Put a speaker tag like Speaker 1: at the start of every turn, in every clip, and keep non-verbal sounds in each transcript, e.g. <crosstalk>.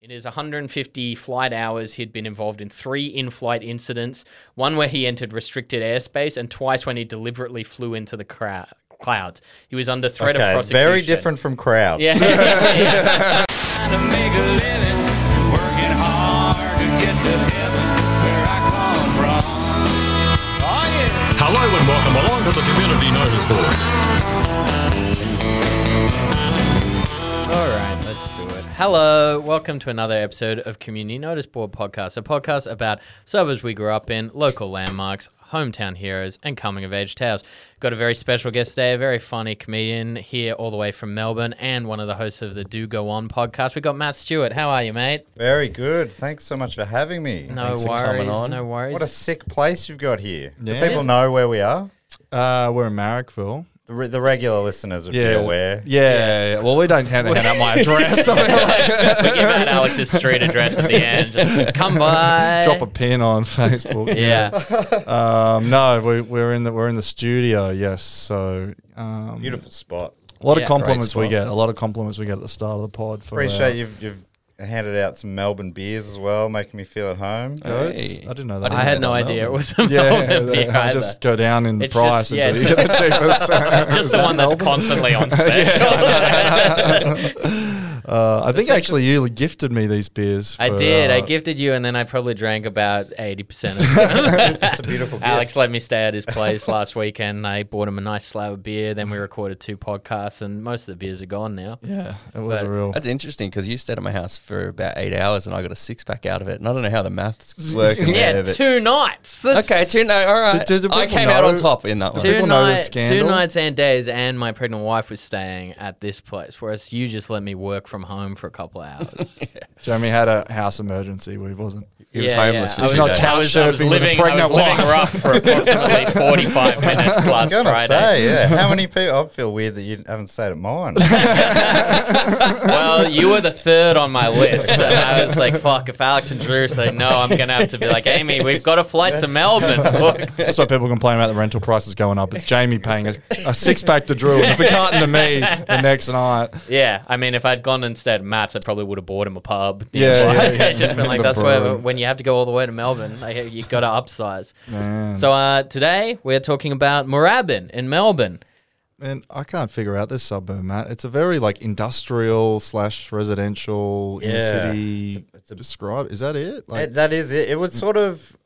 Speaker 1: In his 150 flight hours, he'd been involved in three in flight incidents one where he entered restricted airspace, and twice when he deliberately flew into the crowd. Clouds. He was under threat of
Speaker 2: Okay,
Speaker 1: prosecution.
Speaker 2: very different from crowds. <laughs>
Speaker 1: Yeah. <laughs>
Speaker 3: trying to make a living, working hard to get to heaven where I come from. Oh yeah.
Speaker 4: Hello and welcome along to the Community Notice Board.
Speaker 1: All right, let's do it. Hello, welcome to another episode of Community Notice Board Podcast, a podcast about suburbs we grew up in, local landmarks, hometown heroes, and coming of age tales. Got a very special guest today, a very funny comedian here all the way from Melbourne and one of the hosts of the Do Go On podcast. We got Matt Stewart. How are you, mate?
Speaker 2: Very good. Thanks so much for having me.
Speaker 1: No
Speaker 5: Thanks for coming
Speaker 1: worries.
Speaker 5: on.
Speaker 1: No worries. <laughs>
Speaker 2: What a sick place you've got here.
Speaker 5: Yeah.
Speaker 2: Do people know where we are?
Speaker 5: Uh, we're in Marrickville.
Speaker 2: The, re- the regular listeners would be aware.
Speaker 5: Yeah, yeah, yeah. Well, we don't hand hand
Speaker 1: <laughs>
Speaker 5: out my address.
Speaker 1: we give out Alex's street address at the end. Just come by.
Speaker 5: Drop a pin on <laughs> Facebook.
Speaker 1: yeah.
Speaker 5: Um, no, we, we're in the we're in the studio. Yes. So um,
Speaker 2: Beautiful spot.
Speaker 5: a lot
Speaker 1: Yeah.
Speaker 5: of compliments
Speaker 2: Great
Speaker 5: we
Speaker 2: spot.
Speaker 5: get. A lot of compliments we get at the start of the pod. For
Speaker 2: Appreciate you've, you've handed out some Melbourne beers as well, making me feel at home.
Speaker 5: our- Oh, it's- <laughs> I didn't know that.
Speaker 1: I had no idea it was a <laughs>
Speaker 5: Yeah,
Speaker 1: Melbourne beer
Speaker 5: I
Speaker 1: either.
Speaker 5: just go down in the
Speaker 1: It's
Speaker 5: price
Speaker 1: just- yeah,
Speaker 5: until
Speaker 1: it's
Speaker 5: you get the
Speaker 1: <laughs>
Speaker 5: cheapest.
Speaker 1: It's just the one that's constantly on special.
Speaker 5: Uh, I think actually you gifted me these beers.
Speaker 1: I
Speaker 5: for,
Speaker 1: did. I
Speaker 5: uh,
Speaker 1: gifted you, and then I probably drank about eighty percent of them.
Speaker 2: It's a beautiful
Speaker 1: Alex
Speaker 2: gift.
Speaker 1: let me stay at his place last weekend. I bought him a nice slab of beer. Then we recorded two podcasts, and most of the beers are gone now.
Speaker 5: Yeah, it was
Speaker 1: But-
Speaker 5: a real.
Speaker 6: That's interesting because you stayed at my house for about eight hours and I got a six pack out of it. And I don't know how the maths work. in
Speaker 1: Yeah,
Speaker 6: there, but-
Speaker 1: two nights. That's
Speaker 6: Okay, two. No, all right.
Speaker 5: Do- do
Speaker 6: I
Speaker 5: people
Speaker 6: came out on
Speaker 5: know-
Speaker 6: top in that one.
Speaker 5: do-
Speaker 1: Two,
Speaker 5: people know the
Speaker 1: night, two
Speaker 5: scandal?
Speaker 1: nights and days, and my pregnant wife was staying at this place, whereas you just let me work from home for a couple of hours.
Speaker 5: Jeremy had a house emergency. We wasn't.
Speaker 6: He was
Speaker 1: Yeah,
Speaker 6: homeless.
Speaker 1: yeah.
Speaker 6: for
Speaker 1: I was,
Speaker 6: two
Speaker 5: not
Speaker 6: days.
Speaker 5: couch
Speaker 1: I was, I was
Speaker 5: surfing with a
Speaker 1: living, I was
Speaker 5: pregnant
Speaker 1: living
Speaker 5: wife.
Speaker 1: rough for approximately
Speaker 5: <laughs>
Speaker 1: 45 minutes
Speaker 2: I was
Speaker 1: last
Speaker 2: gonna
Speaker 1: Friday.
Speaker 2: say, yeah.
Speaker 1: <laughs>
Speaker 2: How many people? I feel weird that you haven't stayed at mine.
Speaker 1: <laughs>
Speaker 5: <laughs>
Speaker 1: Well, you were the third on my list, and I was like, "Fuck!" If Alex and Drew say no, I'm gonna have to be like, "Amy, we've got a flight to
Speaker 5: <laughs>
Speaker 1: Melbourne booked."
Speaker 5: That's why people complain about the rental prices going up. It's Jamie paying a, a six pack to Drew, and it's a carton to me the next night.
Speaker 1: Yeah, I mean, if I'd gone instead, Matt's, I probably would have bought him a pub.
Speaker 5: Yeah, yeah, yeah.
Speaker 1: <laughs> just been like,
Speaker 5: The
Speaker 1: "That's where
Speaker 5: brew.
Speaker 1: when you have to go all the way to Melbourne, like, you got to upsize."
Speaker 5: Man.
Speaker 1: So uh, today we're talking about Moorabbin in Melbourne.
Speaker 5: And I can't figure out this suburb, Matt. It's a very like industrial slash residential inner
Speaker 2: Yeah.
Speaker 5: city.
Speaker 2: It's a- it's a-
Speaker 5: describe. Is that it? Like,
Speaker 2: That- that is it. It was sort of.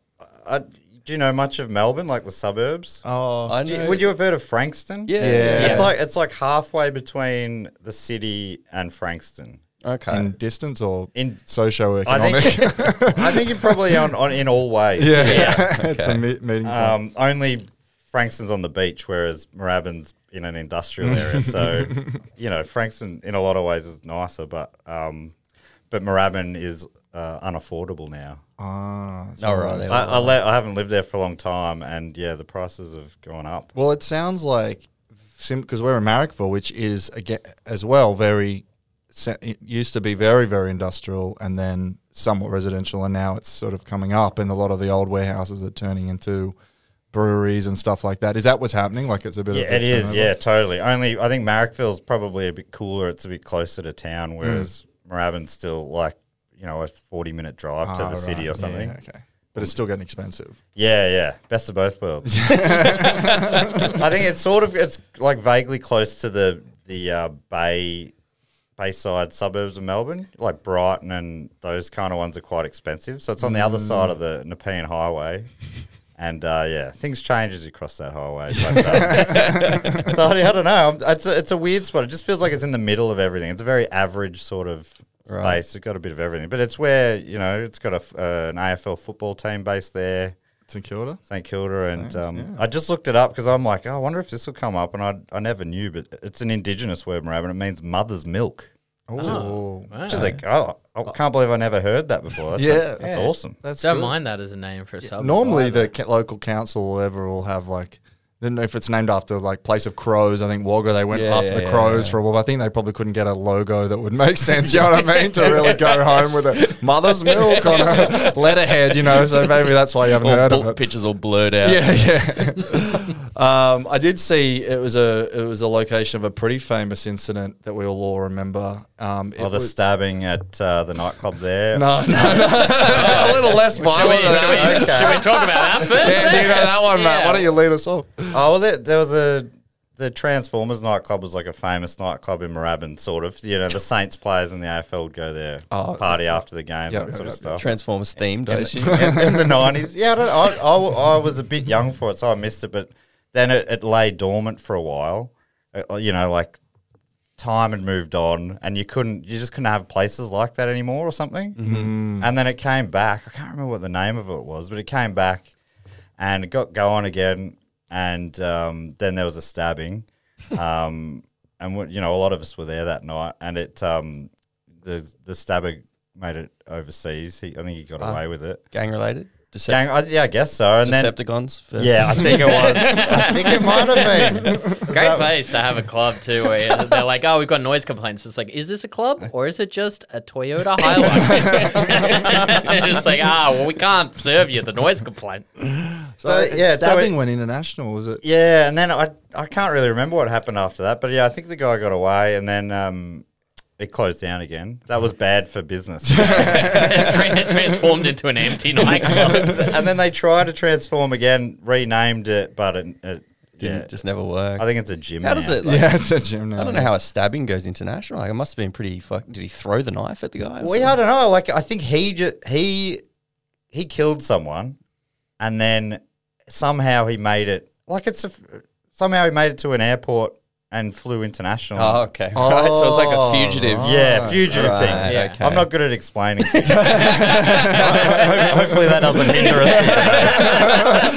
Speaker 2: I, do you know much of Melbourne, like the suburbs?
Speaker 5: oh,
Speaker 6: I
Speaker 2: Do
Speaker 6: know.
Speaker 2: you- would you have heard of Frankston?
Speaker 6: Yeah.
Speaker 5: Yeah.
Speaker 2: It's like it's like halfway between the city and Frankston.
Speaker 6: Okay.
Speaker 5: in distance or
Speaker 2: In-
Speaker 5: in socioeconomic?
Speaker 2: I think I think you're probably on, on in all ways.
Speaker 5: <laughs> yeah, <laughs> it's a me- meeting. point.
Speaker 2: Um, only Frankston's on the beach, whereas Moorabbin's in an industrial area. So, you know, Frankston in a lot of ways is nicer, but um, but Moorabbin is uh, unaffordable now.
Speaker 5: Ah, it's
Speaker 6: All
Speaker 5: one of
Speaker 6: right.
Speaker 5: those.
Speaker 2: I, I, le- I haven't lived there for a long time, and yeah, the prices have gone up.
Speaker 5: Well, it sounds like because we're in Marrickville, which is again as well very se- it used to be very very industrial and then somewhat residential, and now it's sort of coming up, and a lot of the old warehouses are turning into breweries and stuff like that. Is that what's happening? Like it's a bit.
Speaker 2: Yeah,
Speaker 5: of a
Speaker 2: it is.
Speaker 5: turnover?
Speaker 2: Yeah, totally. Only I think Marrickville's probably a bit cooler. It's a bit closer to
Speaker 5: Hmm.
Speaker 2: town, whereas Moorabbin's still like you know a forty-minute drive to
Speaker 5: Ah,
Speaker 2: the city
Speaker 5: right.
Speaker 2: or something.
Speaker 5: Yeah, okay, but it's still getting expensive.
Speaker 2: Yeah, yeah. Best of both worlds. I think it's sort of it's like vaguely close to the the uh, bay bayside suburbs of Melbourne, like Brighton and those kind of ones are quite expensive. So it's on the other side of the Nepean Highway. And uh, yeah, things change as you cross that highway. But, uh, so I don't know. It's a, it's a weird spot. It just feels like it's in the middle of everything. It's a very average sort of space. It's got a bit of everything, but it's where you know it's got a f uh, an AFL football team based there.
Speaker 5: St Kilda.
Speaker 2: St Kilda, and um,
Speaker 5: yeah.
Speaker 2: I just looked it up because I'm like, oh, I wonder if this will come up, and I I never knew, but it's an indigenous word, Moorabbin. It means mother's milk,
Speaker 5: Oh,
Speaker 1: Wow.
Speaker 2: which is like, oh, I can't believe I never heard that before. That's,
Speaker 5: Yeah.
Speaker 2: that's
Speaker 1: Yeah.
Speaker 2: awesome.
Speaker 5: that's
Speaker 1: Don't
Speaker 5: good.
Speaker 1: mind that as a name for a sub.
Speaker 5: Normally, the ca- local council or whatever will have like don't know if it's named after like place of crows. I think Wagga they went
Speaker 6: Yeah,
Speaker 5: after
Speaker 6: yeah,
Speaker 5: the
Speaker 6: yeah,
Speaker 5: crows
Speaker 6: yeah.
Speaker 5: for a while. I think they probably couldn't get a logo that would make sense. You know what I mean?
Speaker 6: <laughs>
Speaker 5: To really go home with a mother's milk on a letterhead, you know. So maybe that's why you haven't
Speaker 6: All
Speaker 5: heard of
Speaker 6: bl-
Speaker 5: it.
Speaker 6: pictures all blurred out.
Speaker 5: Yeah, <laughs> yeah. <laughs> um, I did see it was a it was a location of a pretty famous incident that we all all remember. Um, it
Speaker 6: Oh,
Speaker 2: Or Oh, the
Speaker 5: was-
Speaker 2: stabbing at uh, the nightclub there.
Speaker 5: <laughs> no, no, no. a little less violent.
Speaker 1: Should we,
Speaker 5: than that.
Speaker 1: should we- should <laughs> we talk about that first? eh?
Speaker 5: Yeah, do you know that one, Matt? Why don't you lead us off?
Speaker 2: Oh, well, there, there was a the Transformers nightclub was like a famous nightclub in Moorabbin, sort of. You know, the Saints players in the AFL would go there, party after the game,
Speaker 5: Oh, Yeah,
Speaker 2: that
Speaker 5: yeah,
Speaker 2: sort
Speaker 5: yeah.
Speaker 2: of stuff.
Speaker 6: <laughs> Transformers themed, I assume.
Speaker 2: in, in the nineties. Yeah, I, don't, I, I w- I was a bit young for it, so I missed it. But then it, it lay dormant for a while. Uh, you know, like time had moved on, and you couldn't, you just couldn't have places like that anymore, or something. Mm-hmm. And then it came back. I can't remember what the name of it was, but it came back, and it got going again. And um, then there was a stabbing. Um, and what- you know, a lot of us were there that night, and it um, the the stabber made it overseas. He, I think he got away with it.
Speaker 6: <laughs> Gang related? Decept-
Speaker 2: Gang, I, yeah, I guess so. And then,
Speaker 6: Decepticons? for-
Speaker 2: yeah, I think it
Speaker 6: <laughs>
Speaker 2: was. I think it might have been.
Speaker 1: Great place to have a club too, where you- they're like, "Oh, we've got noise complaints." It's like, is this a club or is it just a Toyota Hilux? <laughs> it's like, ah, well, we can't serve you the noise complaint. <laughs>
Speaker 5: So,
Speaker 2: But, yeah, so
Speaker 5: stabbing
Speaker 2: it-
Speaker 5: went international. Was it?
Speaker 2: Yeah, and then I, I can't really remember what happened after that, but yeah, I think the guy got away, and then um, it closed down again. That was bad for business.
Speaker 6: <laughs>
Speaker 1: It, tra- it transformed into an empty
Speaker 5: <laughs>
Speaker 1: nightclub.
Speaker 2: and then they tried to transform again, renamed it, but it, it
Speaker 6: Didn't,
Speaker 2: yeah,
Speaker 6: Just never worked.
Speaker 2: I think it's a gym.
Speaker 6: how does
Speaker 2: now.
Speaker 6: it? Like,
Speaker 5: yeah, it's a gym now.
Speaker 6: I don't know how a stabbing goes international. Like, it must have been pretty fuck. Did he throw the knife at the Oh, guy? or
Speaker 2: Well,
Speaker 6: something?
Speaker 2: yeah, I don't know. Like, I think he ju- he he killed someone, and then somehow he made it. Like, it's a f somehow he made it to an airport and flew international.
Speaker 6: Oh, okay. <laughs> Right. So it's like a fugitive.
Speaker 2: yeah, fugitive
Speaker 6: Right,
Speaker 2: thing.
Speaker 1: Yeah.
Speaker 6: okay.
Speaker 2: I'm not good at explaining. things. Ho- Hopefully, that doesn't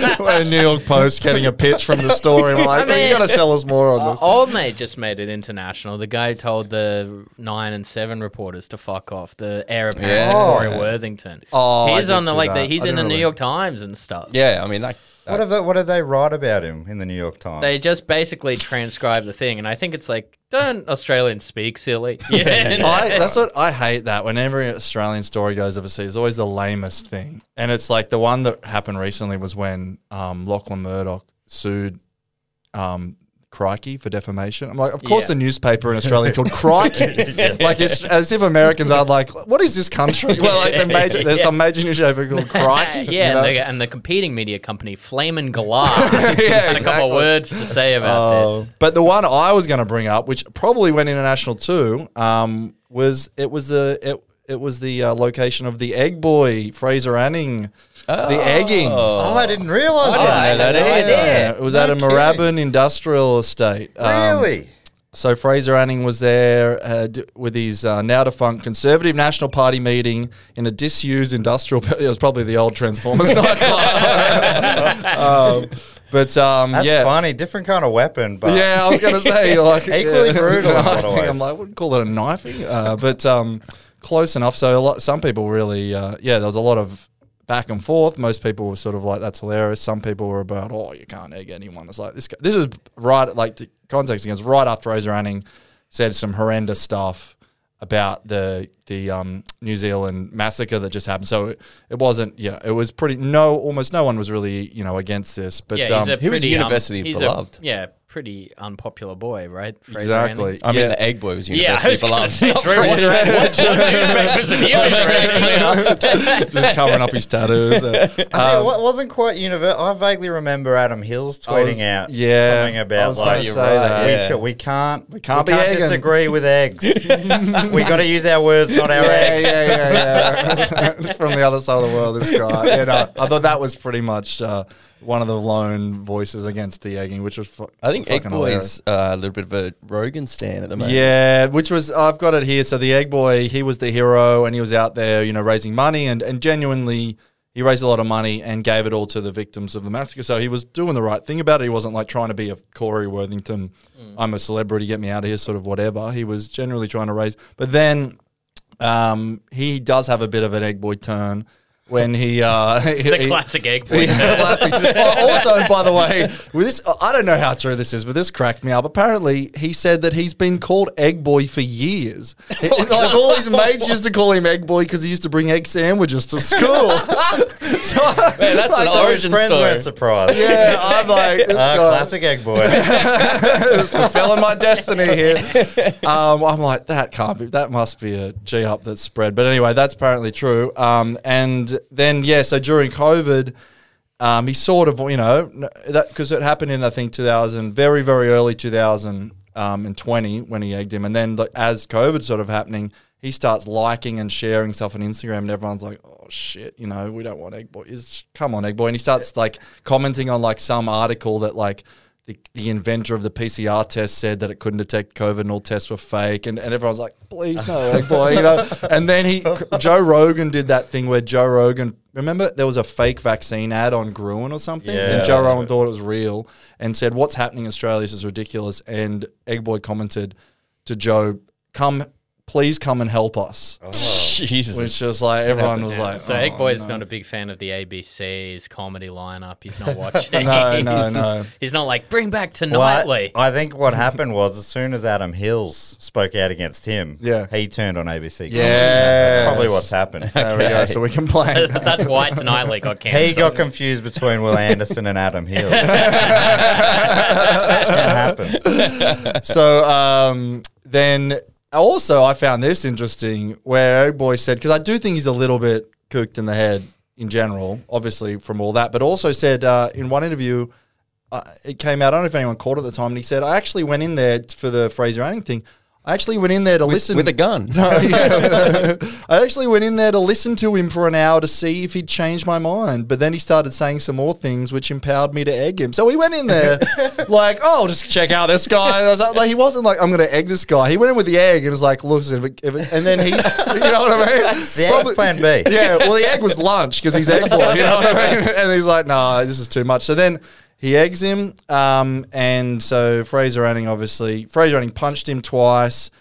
Speaker 2: hinder us.
Speaker 5: We're in New York Post getting a pitch from the <laughs> story. We're like, "Oh,
Speaker 1: I mean-
Speaker 5: you got to sell us more on
Speaker 1: Uh,
Speaker 5: this.
Speaker 1: old mate just made it international. The guy told the nine and seven reporters to fuck off. The heir apparent to
Speaker 6: Yeah.
Speaker 1: Corey Worthington.
Speaker 5: Oh, I
Speaker 1: he's
Speaker 5: did
Speaker 1: on the
Speaker 5: see
Speaker 1: like the,
Speaker 5: that.
Speaker 1: he's
Speaker 5: I
Speaker 1: in the
Speaker 5: didn't
Speaker 1: New
Speaker 5: really-
Speaker 1: York Times and stuff.
Speaker 6: Yeah. I mean, like.
Speaker 2: What have they- what did they write about him in the New York Times?
Speaker 1: They just basically transcribe the thing, and I think it's like, don't Australians speak silly? <laughs> Yeah,
Speaker 5: <laughs> I, that's what I hate that whenever an Australian story goes overseas, it's always the lamest thing. And it's like the one that happened recently was when um, Lachlan Murdoch sued um, Crikey for defamation. I'm like, of course,
Speaker 1: Yeah.
Speaker 5: the newspaper in Australia called <laughs> Crikey. Like, it's as if Americans are like, what is this <laughs> country? Well, like the major, there's some major newspaper <laughs> called Crikey. you
Speaker 1: yeah, and,
Speaker 5: know?
Speaker 1: the, and the competing media company, Flame and Galah,
Speaker 5: <laughs>
Speaker 1: had a couple
Speaker 5: exactly. Oh,
Speaker 1: of words to say about this.
Speaker 5: Uh, But the one I was going to bring up, which probably went international too, um, was it was the it, it was the uh, location of the Egg Boy Fraser Anning, the egging.
Speaker 2: oh, I didn't
Speaker 1: I
Speaker 2: realize that.
Speaker 1: didn't know that either.
Speaker 5: Yeah, it was at a
Speaker 2: No
Speaker 5: Moorabbin industrial estate. Um,
Speaker 2: Really?
Speaker 5: so Fraser Anning was there uh, d- with his uh, now defunct Conservative National Party meeting in a disused industrial. It was probably the
Speaker 2: <laughs>
Speaker 5: old Transformers nightclub. <laughs> um, but um,
Speaker 2: That's
Speaker 5: yeah,
Speaker 2: funny. Different kind of weapon, but
Speaker 5: yeah, I was gonna
Speaker 2: <laughs>
Speaker 5: say like
Speaker 2: Equally brutal
Speaker 5: <laughs>
Speaker 2: in a
Speaker 5: I
Speaker 2: lot of
Speaker 5: think I'm
Speaker 2: ways.
Speaker 5: like, I wouldn't call it a knifing, uh, but um, close enough. So a lot, some people really, uh, yeah, there was a lot of back and forth. Most people were sort of like, "That's hilarious." Some people were about, "Oh, you can't egg anyone." It's like this. guy- This is right, like the context again. It's right after Rosa Anning said some horrendous stuff about the the um, New Zealand massacre that just happened. So it, it wasn't, you know, it was pretty. No, almost no one was really, you know, against this. But
Speaker 1: Yeah,
Speaker 5: um,
Speaker 1: he's a
Speaker 6: he was
Speaker 1: pretty, um,
Speaker 6: university
Speaker 1: he's a-
Speaker 6: beloved.
Speaker 1: yeah, pretty unpopular boy, right? Fraser
Speaker 5: exactly.
Speaker 1: Anning?
Speaker 6: I mean,
Speaker 5: Yeah.
Speaker 6: the egg boy was
Speaker 1: Yeah, I
Speaker 6: university
Speaker 1: was gonna
Speaker 6: beloved.
Speaker 1: say,
Speaker 6: Not
Speaker 1: Drew, what-
Speaker 6: Fraser Anning.
Speaker 1: what- what
Speaker 5: <laughs>
Speaker 1: newspapers are you in, Drew?
Speaker 5: Just covering up his <laughs> tattoos. Uh,
Speaker 2: I think it wa- wasn't quite universal. I vaguely remember Adam Hills
Speaker 5: I was-
Speaker 2: tweeting out
Speaker 5: yeah,
Speaker 2: something
Speaker 5: I
Speaker 2: about
Speaker 5: was gonna
Speaker 2: like
Speaker 5: say
Speaker 2: we
Speaker 5: that.
Speaker 6: Yeah.
Speaker 2: ca- we can't we can't,
Speaker 5: can't be egging.
Speaker 2: disagree with eggs.
Speaker 5: <laughs>
Speaker 2: we got to use our words, not our
Speaker 5: yeah,
Speaker 2: eggs. <laughs>
Speaker 5: yeah, yeah, yeah. <laughs> From the other side of the world, this guy. And uh, I thought that was pretty much uh, one of the lone voices against the egging, which was. Fu-
Speaker 6: I think Egg
Speaker 5: fucking hilarious.
Speaker 6: Boy's uh, a little bit of a Rogan stand at the moment.
Speaker 5: Yeah, which was I've got it here. So the egg boy, he was the hero, and he was out there, you know, raising money and and genuinely. He raised a lot of money and gave it all to the victims of the massacre. So he was doing the right thing about it. He wasn't like trying to be a Corey Worthington, I'm a celebrity, get me out of here, sort of whatever. He was generally trying to raise. But then um, he does have a bit of an egg boy turn when he
Speaker 1: <laughs>
Speaker 5: uh, <laughs>
Speaker 1: The
Speaker 5: he-
Speaker 1: classic egg
Speaker 5: Yeah, <laughs>
Speaker 1: point. <laughs>
Speaker 5: classic. Oh, also, by the way, with this I don't know how true this is, but this cracked me up. Apparently, he said that he's been called Egg Boy
Speaker 1: <laughs>
Speaker 5: for years.
Speaker 1: Oh,
Speaker 5: like all his mates used to call him Egg Boy because he used to bring egg sandwiches to
Speaker 1: <laughs>
Speaker 5: school. <laughs> so
Speaker 1: Man, that's an
Speaker 5: like,
Speaker 2: So his
Speaker 1: origin
Speaker 2: friends
Speaker 1: story. Uh,
Speaker 2: weren't surprised.
Speaker 5: yeah, I'm like this
Speaker 2: Ah,
Speaker 5: guy-
Speaker 2: classic egg boy.
Speaker 1: <laughs>
Speaker 5: was fulfilling my destiny here. Um, I'm like, that can't be. That must be a G up that's spread. But anyway, that's apparently true. Um, and then yeah, so during COVID, um, he sort of you know n- that because it happened in I think 2000, very very early 2000 um, and 20 when he egged him, and then like, as COVID sort of happening. He starts liking and sharing stuff on Instagram, and everyone's like, "Oh shit, you know, we don't want Egg Boy. Is come on, Egg Boy." And he starts like commenting on like some article that like the, the inventor of the PCR test said that it couldn't detect COVID and all tests were fake. And, and everyone's like, please no, egg boy, you know. And then he, Joe Rogan did that thing where Joe Rogan, remember there was a fake vaccine ad on Gruen or something?
Speaker 2: Yeah,
Speaker 5: and Joe
Speaker 2: that's
Speaker 5: Rogan thought it was real and said, what's happening in Australia? This is ridiculous. And egg boy commented to Joe, come, please come and help us.
Speaker 6: Jesus.
Speaker 5: Which is like, everyone was like,
Speaker 1: So
Speaker 5: "Oh,
Speaker 1: Egg Boy's
Speaker 5: no."
Speaker 1: not a big fan of the ABC's comedy lineup. He's
Speaker 5: <laughs>
Speaker 1: not watching.
Speaker 5: No, no, no.
Speaker 1: He's not like bring back to
Speaker 2: Well, I-
Speaker 1: nightly.
Speaker 2: I think what happened was as soon as Adam Hills spoke out against him,
Speaker 5: Yeah.
Speaker 2: he turned on ABC. Comedy.
Speaker 5: Yes.
Speaker 2: That's probably what's
Speaker 5: <laughs>
Speaker 2: happened.
Speaker 5: "Oh, There we go. So we
Speaker 1: <laughs>
Speaker 5: can blame.
Speaker 1: That's why it's nightly
Speaker 5: <laughs>
Speaker 1: got
Speaker 2: He
Speaker 1: cancelled.
Speaker 2: got confused between Will Anderson and Adam Hill. That's gonna happen.
Speaker 5: so um, then also I found this interesting where Egg Boy said because I do think he's a little bit cooked in the head in general, obviously from all that, but also said uh, in one interview. Uh, it came out. I don't know if anyone caught it at the time, and he said, "I actually went in there for the Fraser Anning thing. I actually went in there to listen
Speaker 6: with a gun.
Speaker 5: <laughs> I actually went in there to listen to him for an hour to see if he'd change my mind, but then he started saying some more things which empowered me to egg him. So he went in
Speaker 2: <laughs>
Speaker 5: there like, "Oh, just check out this guy." I was like, like, he wasn't like, "I'm going to egg this guy." He went in with the egg and was like, "Look," if it- if it- and then he's, <laughs> you know what I mean?
Speaker 2: The egg's plan B.
Speaker 5: <laughs> Yeah, well, the egg was lunch because he's egg boy, you know what
Speaker 2: <laughs>
Speaker 5: I mean? And he's like, nah, this is too much. So then he eggs him, um, and so Fraser Anning obviously, Fraser Anning punched him twice.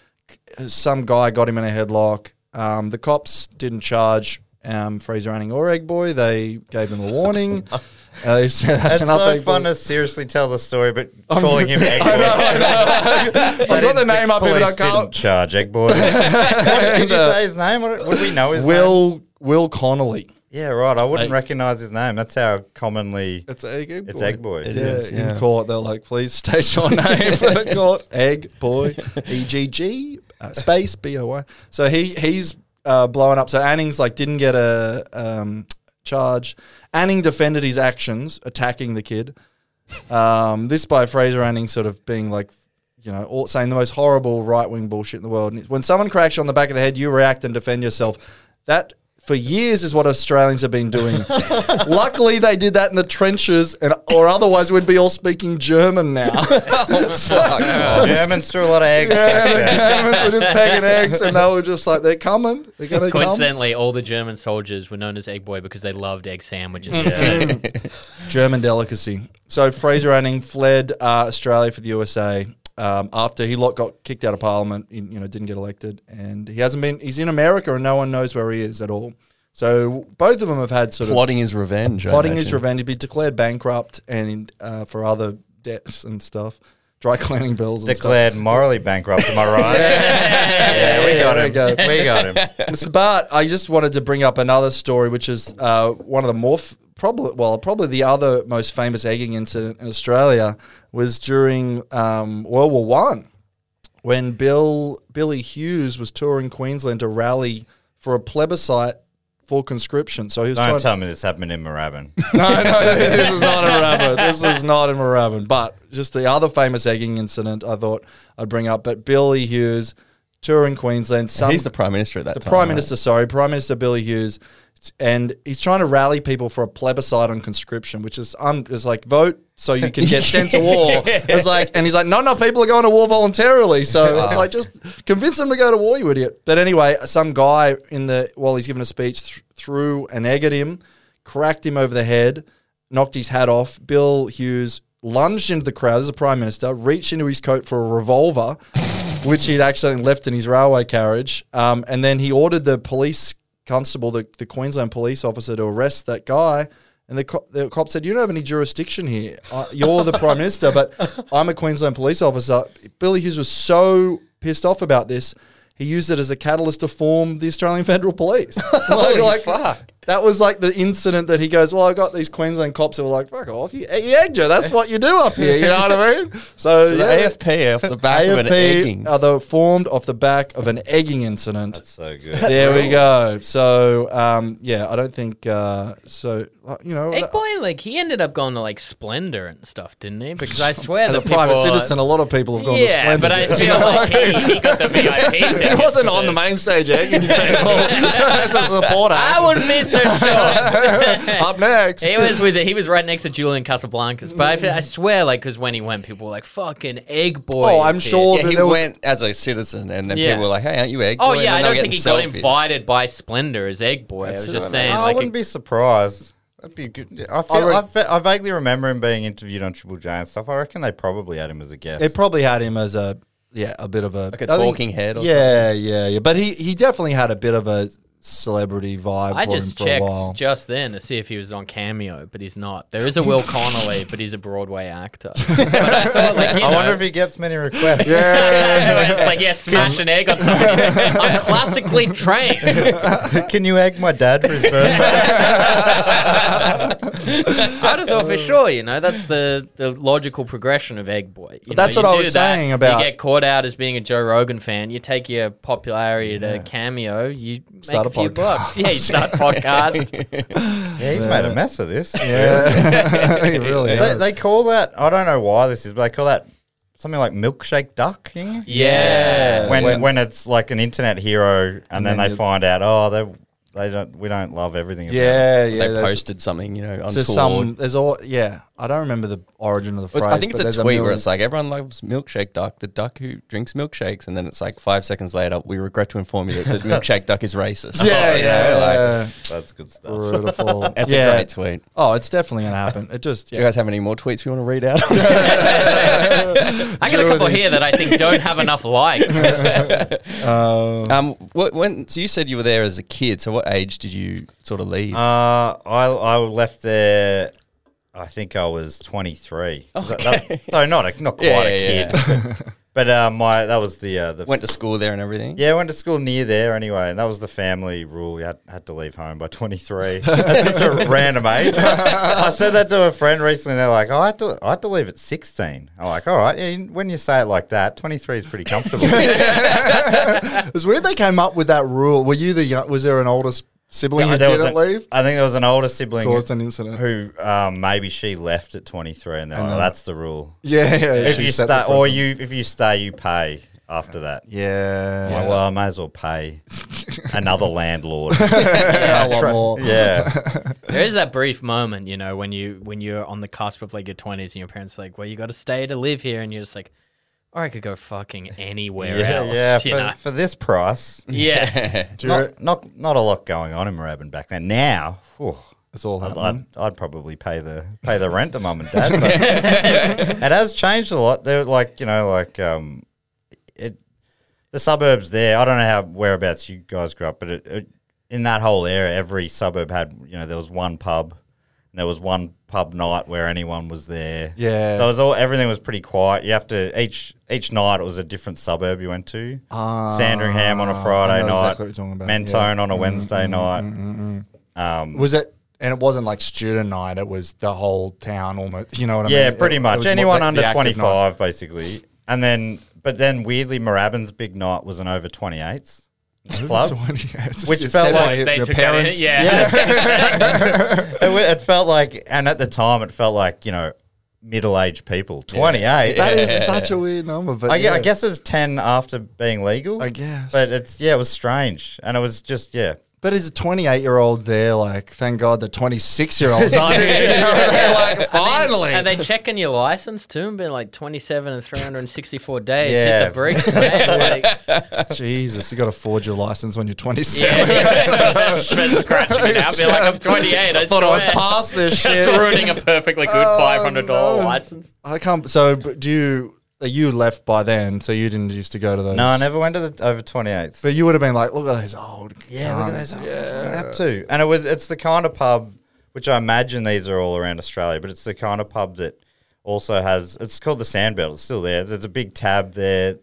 Speaker 5: Some guy got him in a headlock. Um, the cops didn't charge um, Fraser Anning or Egg Boy. They gave him
Speaker 2: <laughs>
Speaker 5: a warning. Uh, <laughs> they said, That's,
Speaker 2: It's
Speaker 5: enough,
Speaker 2: so
Speaker 5: Egg
Speaker 2: fun
Speaker 5: Boy."
Speaker 2: to seriously tell the story,
Speaker 5: <laughs>
Speaker 2: but calling him Egg Boy.
Speaker 5: I got the name up here, but I
Speaker 2: Police
Speaker 5: can't.
Speaker 2: didn't charge Egg
Speaker 5: <laughs>
Speaker 2: Boy. Did you say his name? Would would we know his name?
Speaker 5: Will Will Connolly.
Speaker 2: Yeah, right. I wouldn't recognize his name. That's how commonly
Speaker 5: It's Egg, Egg
Speaker 2: it's Egg Boy.
Speaker 6: It
Speaker 5: Yeah,
Speaker 6: is,
Speaker 5: in
Speaker 6: yeah.
Speaker 5: court, they're like, please state your name
Speaker 2: <laughs>
Speaker 5: for the court. Egg boy, E G G uh, space B O Y. So he he's uh, blowing up. So Anning's like didn't get a um, charge. Anning defended his actions, attacking the kid. Um, this by Fraser Anning sort of being like, you know, all, saying the most horrible right wing bullshit in the world. And it's, when someone cracks you on the back of the head, you react and defend yourself. That for years is what Australians have been doing. Luckily, they did that in the trenches, and or otherwise we'd be all speaking German now. <laughs>
Speaker 6: <laughs>
Speaker 2: <laughs> Germans threw a lot of eggs. <laughs>
Speaker 5: Germans were just pegging eggs, and they were just like, "They're coming, they're going to come."
Speaker 1: Coincidentally, all the German soldiers were known as Egg Boy because they loved egg sandwiches.
Speaker 5: Mm. <laughs> German delicacy. So Fraser Anning fled uh, Australia for the USA um, after he lot got kicked out of Parliament. You you know, didn't get elected, and he hasn't been. He's in America, and no one knows where he is at all. So both of them have had sort of
Speaker 6: <laughs> Plotting his revenge. I
Speaker 5: plotting
Speaker 6: imagine.
Speaker 5: his revenge. He'd be declared bankrupt and uh, for other debts and stuff, dry <laughs> cleaning bills. And stuff.
Speaker 2: Declared morally bankrupt. Am I right? yeah, we got him.
Speaker 5: There we go.
Speaker 2: We got
Speaker 5: <laughs>
Speaker 2: him.
Speaker 5: So, but I just wanted to bring up another story, which is uh, one of the more f- probably well, probably the other most famous egging incident in Australia was during um, World War One when Bill Billy Hughes was touring Queensland to rally for a plebiscite for conscription. So he was trying
Speaker 2: Don't
Speaker 5: to
Speaker 2: tell me this happened in Moorabbin.
Speaker 5: no, no, <laughs> this is not a rabbit. This is not a rabbit. But just the other famous egging incident I thought I'd bring up. But Billy Hughes touring Queensland. Some,
Speaker 6: He's the prime minister at that
Speaker 5: the
Speaker 6: time.
Speaker 5: Prime
Speaker 6: right? <laughs>
Speaker 5: Minister, sorry, Prime Minister Billy Hughes, and he's trying to rally people for a plebiscite on conscription, which is un- is like vote so you can get sent to war. <laughs> It's like, and he's like, not enough people are going to war voluntarily, so it's like just convince them to go to war, you idiot. But anyway, some guy in the while he's giving a speech th- threw an egg at him, cracked him over the head, knocked his hat off. Bill Hughes lunged into the crowd as a prime minister, reached into his coat for a revolver, which he'd accidentally left in his railway carriage. Um, and then he ordered the police constable, the, the Queensland police officer, to arrest that guy. And the, co- the cop said, You don't have any jurisdiction here. I, you're the prime minister, but I'm a Queensland police officer. Billy Hughes was so pissed off about this. He used it as a catalyst to form the Australian Federal Police. Like- like, uh, That was like the incident that he goes, Well, I got these Queensland cops that were like, Fuck off, you, you egged you. That's what you do up here. You know what I mean? So,
Speaker 6: So the
Speaker 5: yeah.
Speaker 6: AFP off the back of an
Speaker 5: AFP
Speaker 6: egging.
Speaker 5: are the, formed off the back of an egging incident.
Speaker 2: That's so good.
Speaker 5: there we go. So um, yeah, I don't think uh, so. uh, You know,
Speaker 1: Egg
Speaker 5: that-
Speaker 1: Boy, like he ended up going to like Splendor and stuff, didn't he? Because
Speaker 5: <laughs>
Speaker 1: I swear,
Speaker 5: as
Speaker 1: the
Speaker 5: a private
Speaker 1: people-
Speaker 5: citizen, a lot of people have gone to
Speaker 1: yeah,
Speaker 5: Splendid.
Speaker 1: but I
Speaker 5: You <laughs>
Speaker 1: feel
Speaker 5: know?
Speaker 1: like he, he got the VIP.
Speaker 5: <laughs> it
Speaker 1: tickets
Speaker 5: wasn't
Speaker 1: to
Speaker 5: on the
Speaker 1: this.
Speaker 5: main stage. Egging people
Speaker 1: <laughs>
Speaker 5: as a supporter. <laughs>
Speaker 1: I would miss her so. much.
Speaker 5: Up next,
Speaker 1: He was with he was right next to Julian Casablancas, but I, feel, I swear, like, because when he went, people were like, "Fucking egg boy."
Speaker 5: Oh, I'm
Speaker 1: is here."
Speaker 5: sure-
Speaker 6: Yeah,
Speaker 5: Well,
Speaker 6: he
Speaker 5: there was-
Speaker 6: went as a citizen, and then
Speaker 1: Yeah.
Speaker 6: people were like, "Hey, aren't you egg?"
Speaker 1: Oh
Speaker 6: boy?"
Speaker 1: yeah, I
Speaker 6: and
Speaker 1: don't
Speaker 6: then they were
Speaker 1: think he
Speaker 6: getting
Speaker 1: got
Speaker 6: selfies.
Speaker 1: invited by Splendor as egg boy.
Speaker 6: That's
Speaker 1: I was
Speaker 6: what
Speaker 1: just
Speaker 6: I mean.
Speaker 1: saying,
Speaker 2: Oh, I
Speaker 1: like,
Speaker 2: wouldn't be surprised. That'd be good. I, feel, I,
Speaker 5: re-
Speaker 2: fa- I vaguely remember him being interviewed on Triple J and stuff. I reckon they probably had him as a guest.
Speaker 5: it probably had him as a yeah, a bit of a
Speaker 6: Like a
Speaker 5: I think-
Speaker 6: talking head or
Speaker 5: yeah, yeah, yeah. But he he definitely had a bit of a celebrity vibe
Speaker 1: I
Speaker 5: for
Speaker 1: just
Speaker 5: him for a while.
Speaker 1: checked just then to see if he was on Cameo, but he's not. There is a
Speaker 5: <laughs>
Speaker 1: Will Connolly, but he's a Broadway actor. <laughs>
Speaker 2: I wonder if he gets many requests.
Speaker 1: it's like, yeah, smash an egg on somebody. <laughs> I'm classically
Speaker 5: <laughs>
Speaker 1: trained.
Speaker 2: <laughs> Can you egg my dad <laughs> for his
Speaker 6: <laughs>
Speaker 2: birthday?
Speaker 1: I'd have thought for sure, you know, that's the, the logical progression of Egg Boy. You
Speaker 5: That's
Speaker 1: know,
Speaker 5: what
Speaker 1: you
Speaker 5: I
Speaker 1: do
Speaker 5: was
Speaker 1: that,
Speaker 5: saying about-
Speaker 1: You get caught out as being a Joe Rogan fan. You take your popularity to Cameo. You make
Speaker 5: Start
Speaker 1: a,
Speaker 5: a
Speaker 1: few
Speaker 5: podcast.
Speaker 1: bucks. Yeah, you start
Speaker 5: <laughs>
Speaker 1: a podcast.
Speaker 2: yeah, he's made a mess of this.
Speaker 5: <laughs> Yeah, he
Speaker 6: <laughs>
Speaker 5: really.
Speaker 2: <laughs> They,
Speaker 5: has.
Speaker 2: they call that, I don't know why this is, but they call that something like milkshake ducking.
Speaker 1: Yeah.
Speaker 2: When, when, it's like an internet hero and, then,
Speaker 5: then
Speaker 2: they
Speaker 5: you-
Speaker 2: find out, oh, they, they don't, we don't love everything. about it.
Speaker 5: yeah, yeah.
Speaker 6: They
Speaker 5: that's-
Speaker 6: posted something, you know, on
Speaker 5: So
Speaker 6: tour.
Speaker 5: some there's all yeah. I don't remember the origin of the
Speaker 6: Well,
Speaker 5: phrase.
Speaker 6: it's- I think
Speaker 5: but
Speaker 6: it's a
Speaker 5: there's
Speaker 6: tweet where
Speaker 5: million-
Speaker 6: it's like everyone loves milkshake duck, the duck who drinks milkshakes, and then it's like five seconds later, we regret to inform you
Speaker 5: <laughs>
Speaker 6: that the milkshake duck is racist.
Speaker 5: yeah,
Speaker 6: You know, like, <laughs>
Speaker 5: yeah,
Speaker 2: That's good stuff.
Speaker 5: beautiful.
Speaker 6: that's
Speaker 5: yeah.
Speaker 6: a great tweet.
Speaker 5: Oh, it's definitely gonna happen. It just
Speaker 6: Do you
Speaker 5: yeah.
Speaker 6: guys have any more tweets we want to
Speaker 5: <laughs>
Speaker 6: read out?
Speaker 1: <laughs> I got a couple here that I think don't have enough likes.
Speaker 6: um, what, when so you said you were there as a kid, so what age did you sort of leave?
Speaker 2: Uh, I I left there. I think I was 23. That- that- so not a, not quite
Speaker 6: Yeah,
Speaker 2: a
Speaker 6: yeah,
Speaker 2: kid, <laughs> but uh, my that was the uh, the
Speaker 6: Went to school there and everything. <laughs>
Speaker 2: yeah I went to school near there anyway, and that was the family rule. You had, had to leave home by
Speaker 6: <laughs>
Speaker 2: 23. That's such a random age. I said that to a friend recently. and They're like, oh, I had to I had to leave at 16. I'm like, all right. yeah, when you say it like that, 23 is pretty
Speaker 6: <laughs>
Speaker 2: comfortable.
Speaker 5: It was weird they came up with that rule. Were you the young, was there an oldest sibling who
Speaker 2: there was
Speaker 5: didn't
Speaker 2: an-
Speaker 5: leave?
Speaker 2: I think there was an older sibling
Speaker 5: Caused an incident.
Speaker 2: who um, maybe she left at 23, and, they're like, that's the rule.
Speaker 5: yeah, yeah.
Speaker 2: if
Speaker 5: she
Speaker 2: you
Speaker 5: set
Speaker 2: stay
Speaker 5: the
Speaker 2: or
Speaker 5: precedent.
Speaker 2: you if you stay you pay after that
Speaker 5: yeah, <laughs>
Speaker 2: I'm like, well i may as well pay another landlord
Speaker 5: a lot more.
Speaker 2: yeah
Speaker 1: There is that brief moment, you know, when you when you're on the cusp of like your twenties and your parents are like, "Well, you got to stay to live here," and you're just like, "Or I could go fucking anywhere
Speaker 2: yeah,
Speaker 1: else."
Speaker 2: yeah
Speaker 1: you
Speaker 2: <laughs>
Speaker 1: know?
Speaker 2: for, for this price
Speaker 6: <laughs>
Speaker 1: yeah.
Speaker 5: Do you re-
Speaker 2: not, not not a lot going on in Moorabbin back then now whew,
Speaker 5: it's all
Speaker 2: I'd,
Speaker 5: happening.
Speaker 2: I'd, I'd probably pay the pay the rent to mum and dad but
Speaker 5: <laughs>
Speaker 2: it has changed a lot they're like you know like um it the suburbs there. I don't know how whereabouts you guys grew up, but it, it, in that whole area, every suburb had you know there was one pub, and there was one pub night where anyone was there.
Speaker 5: Yeah.
Speaker 2: so it was all everything was pretty quiet. You have to each each night it was a different suburb you went to. Sandringham on a
Speaker 5: Ah, I
Speaker 2: Friday
Speaker 5: know
Speaker 2: night,
Speaker 5: exactly what you're talking about,
Speaker 2: Mentone
Speaker 5: yeah. Mm,
Speaker 2: on a Wednesday night.
Speaker 5: was it? And it wasn't like student night. It was the whole town almost. You know what I mean?
Speaker 2: Yeah,
Speaker 5: It-
Speaker 2: pretty
Speaker 5: it
Speaker 2: much.
Speaker 5: was more
Speaker 2: Anyone
Speaker 5: the- the
Speaker 2: under
Speaker 5: active
Speaker 2: twenty
Speaker 5: night. <laughs>
Speaker 2: five, basically. And then, but then weirdly, Moorabbin's big night was an over twenty eights club. Which felt like
Speaker 1: They
Speaker 5: your
Speaker 1: took that in-
Speaker 5: parents.
Speaker 1: yeah.
Speaker 2: It, wa- it felt like, and at the time, it felt like you know, middle-aged people, twenty-eight.
Speaker 5: That is such a weird number. But
Speaker 2: I, gue-
Speaker 5: yeah.
Speaker 2: I guess it was ten after being legal.
Speaker 5: I guess.
Speaker 2: but it's yeah, it was strange, and it was just yeah.
Speaker 5: But is a 28 year old there like, thank God the 26
Speaker 1: <laughs>
Speaker 5: year olds aren't here? You know, they're like, finally.
Speaker 1: Are they checking your license too and being like 27 and 364 days? Hit
Speaker 2: Yeah.
Speaker 1: the bricks, <laughs> man. Like,
Speaker 5: <laughs> Jesus, you got to forge your license when you're 27.
Speaker 1: scratching it out, being like, I'm 28. I,
Speaker 5: I <laughs> thought I was
Speaker 1: swear.
Speaker 5: past this
Speaker 1: Just
Speaker 5: <laughs> shit.
Speaker 1: ruining a perfectly good $500
Speaker 5: no.
Speaker 1: license.
Speaker 5: I can't. So, but do you, you left by then, so you didn't used to go to those.
Speaker 2: No, I never went to the over 28th.
Speaker 5: But you would have been like, look at those old.
Speaker 2: yeah, look at
Speaker 5: cunts."
Speaker 2: those. Yeah, up to. And it was it's the kind of pub which I imagine these are all around Australia, but it's the kind of pub that also has it's called the Sandbelt. It's still there. There's a big tab there.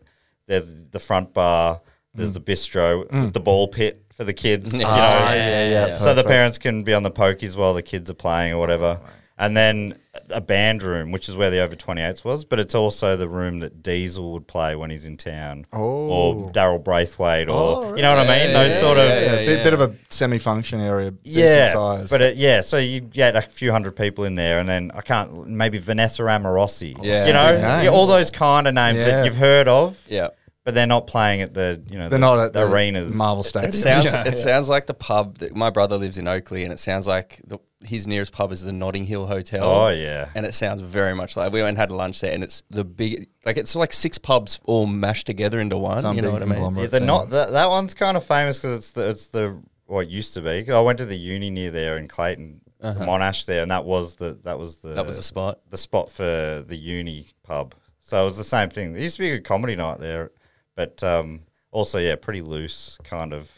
Speaker 2: There's the front bar. There's the bistro. The ball pit for the kids. you know.
Speaker 5: Mm. Ah, yeah, yeah,
Speaker 2: So the
Speaker 5: perfect.
Speaker 2: parents can be on the pokies while the kids are playing or whatever. And then a band room, which is where the over 28s was, but it's also the room that Diesel would play when he's in town.
Speaker 5: Oh.
Speaker 2: Or Daryl Braithwaite or, you know what I mean? Those sort of, uh,
Speaker 5: Yeah, bit, bit of a semi-function area.
Speaker 2: yeah,
Speaker 5: decent size.
Speaker 2: but it, yeah, so you get a few hundred people in there, and then I can't maybe Vanessa Amorosi,
Speaker 6: Yeah.
Speaker 2: you know,
Speaker 5: Oh, Big names.
Speaker 2: yeah, all those kind of names
Speaker 5: Yeah.
Speaker 2: that you've heard of,
Speaker 6: Yeah.
Speaker 2: but they're not playing at the you know the,
Speaker 5: they're not at
Speaker 2: the arenas.
Speaker 5: Marvel Stadium.
Speaker 6: It sounds
Speaker 5: Yeah.
Speaker 6: it sounds like the pub that my brother lives in Oakley, and it sounds like the, his nearest pub is the Notting Hill Hotel.
Speaker 2: Oh, yeah.
Speaker 6: and it sounds very much like we went and had lunch there, and it's the big like it's like six pubs all mashed together into one.
Speaker 5: Some
Speaker 6: you know
Speaker 5: big
Speaker 6: what I mean?
Speaker 5: conglomerate
Speaker 2: Yeah, they're
Speaker 5: thing.
Speaker 2: not that, that one's kind of famous because it's the it's the well, it used to be. 'Cause I went to the uni near there in Clayton,
Speaker 5: Uh-huh.
Speaker 2: Monash there, and that was the that was the
Speaker 6: That was the spot.
Speaker 2: the spot for the uni pub. So it was the same thing. There used to be a good comedy night there, but um, also yeah, pretty loose kind of.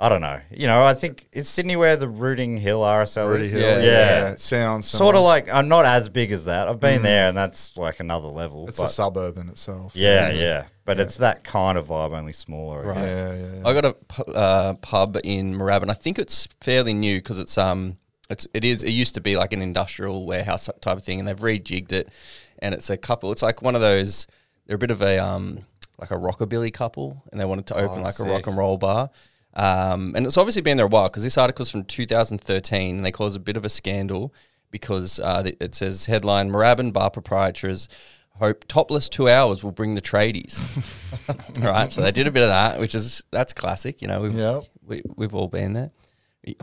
Speaker 2: I don't know. You know, I think it's Sydney where the Rooting Hill RSL
Speaker 5: Pretty
Speaker 2: is.
Speaker 5: hill.
Speaker 2: Yeah. Mm.
Speaker 5: it sounds
Speaker 2: Sort of like I'm not as big as that. I've been there, and that's like another level.
Speaker 5: it's
Speaker 2: but
Speaker 5: a suburb in itself.
Speaker 2: yeah, Mm. yeah, but it's that kind of vibe, only smaller. Right.
Speaker 5: yeah, yeah. yeah.
Speaker 6: I got a pu- uh, pub in Moorabbin. I think it's fairly new because it's um it's it is it used to be like an industrial warehouse type of thing, and they've rejigged it, and it's a couple. It's like one of those. They're a bit of a um like a rockabilly couple, and they wanted to open like a rock and roll bar. Um, and it's obviously been there a while because this article's from 2013, and they caused a bit of a scandal because uh, th- it says headline: Moorabbin bar proprietors hope topless two hours will bring the tradies. All right, so they did a bit of that, which is that's classic. You know, we've
Speaker 5: Yep.
Speaker 6: we, we've all been there. Y-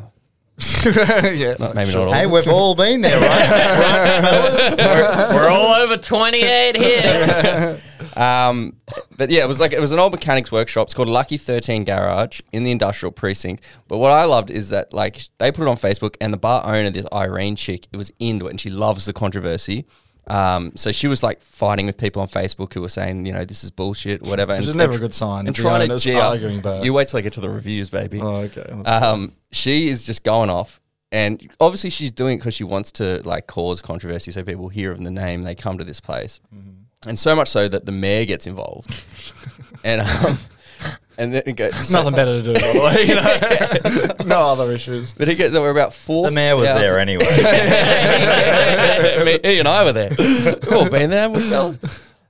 Speaker 5: yeah,
Speaker 6: Maybe not all.
Speaker 2: Hey, we've all been there, <laughs> right?
Speaker 1: We're all over 28 here.
Speaker 6: Um, but yeah, it was like it was an old mechanics workshop. It's called Lucky Thirteen Garage in the industrial precinct. But what I loved is that like they put it on Facebook, and the bar owner, this Irene chick, it was into it, and she loves the controversy. Um, so she was like fighting with people on Facebook who were saying, you know, this is bullshit, whatever. Which
Speaker 5: is never a good sign,
Speaker 6: And
Speaker 5: if the
Speaker 6: trying to
Speaker 5: owner's
Speaker 6: gee up-
Speaker 5: arguing back.
Speaker 6: You wait till I get to the reviews, baby.
Speaker 5: Oh, okay.
Speaker 6: um, she is just going off. And obviously, she's doing it because she wants to like cause controversy, so people hear of the name, they come to this place,
Speaker 2: Mm-hmm.
Speaker 6: and so much so that the mayor gets
Speaker 2: <laughs>
Speaker 6: involved, and um, and then it goes,
Speaker 5: Nothing better to do, by the way. you know? no other issues.
Speaker 6: but it gets there were about four.
Speaker 2: the mayor was there <laughs> eh? anyway.
Speaker 6: <laughs> Me- he and I
Speaker 2: <laughs>
Speaker 6: were there. We've all been there, haven't we, fellas?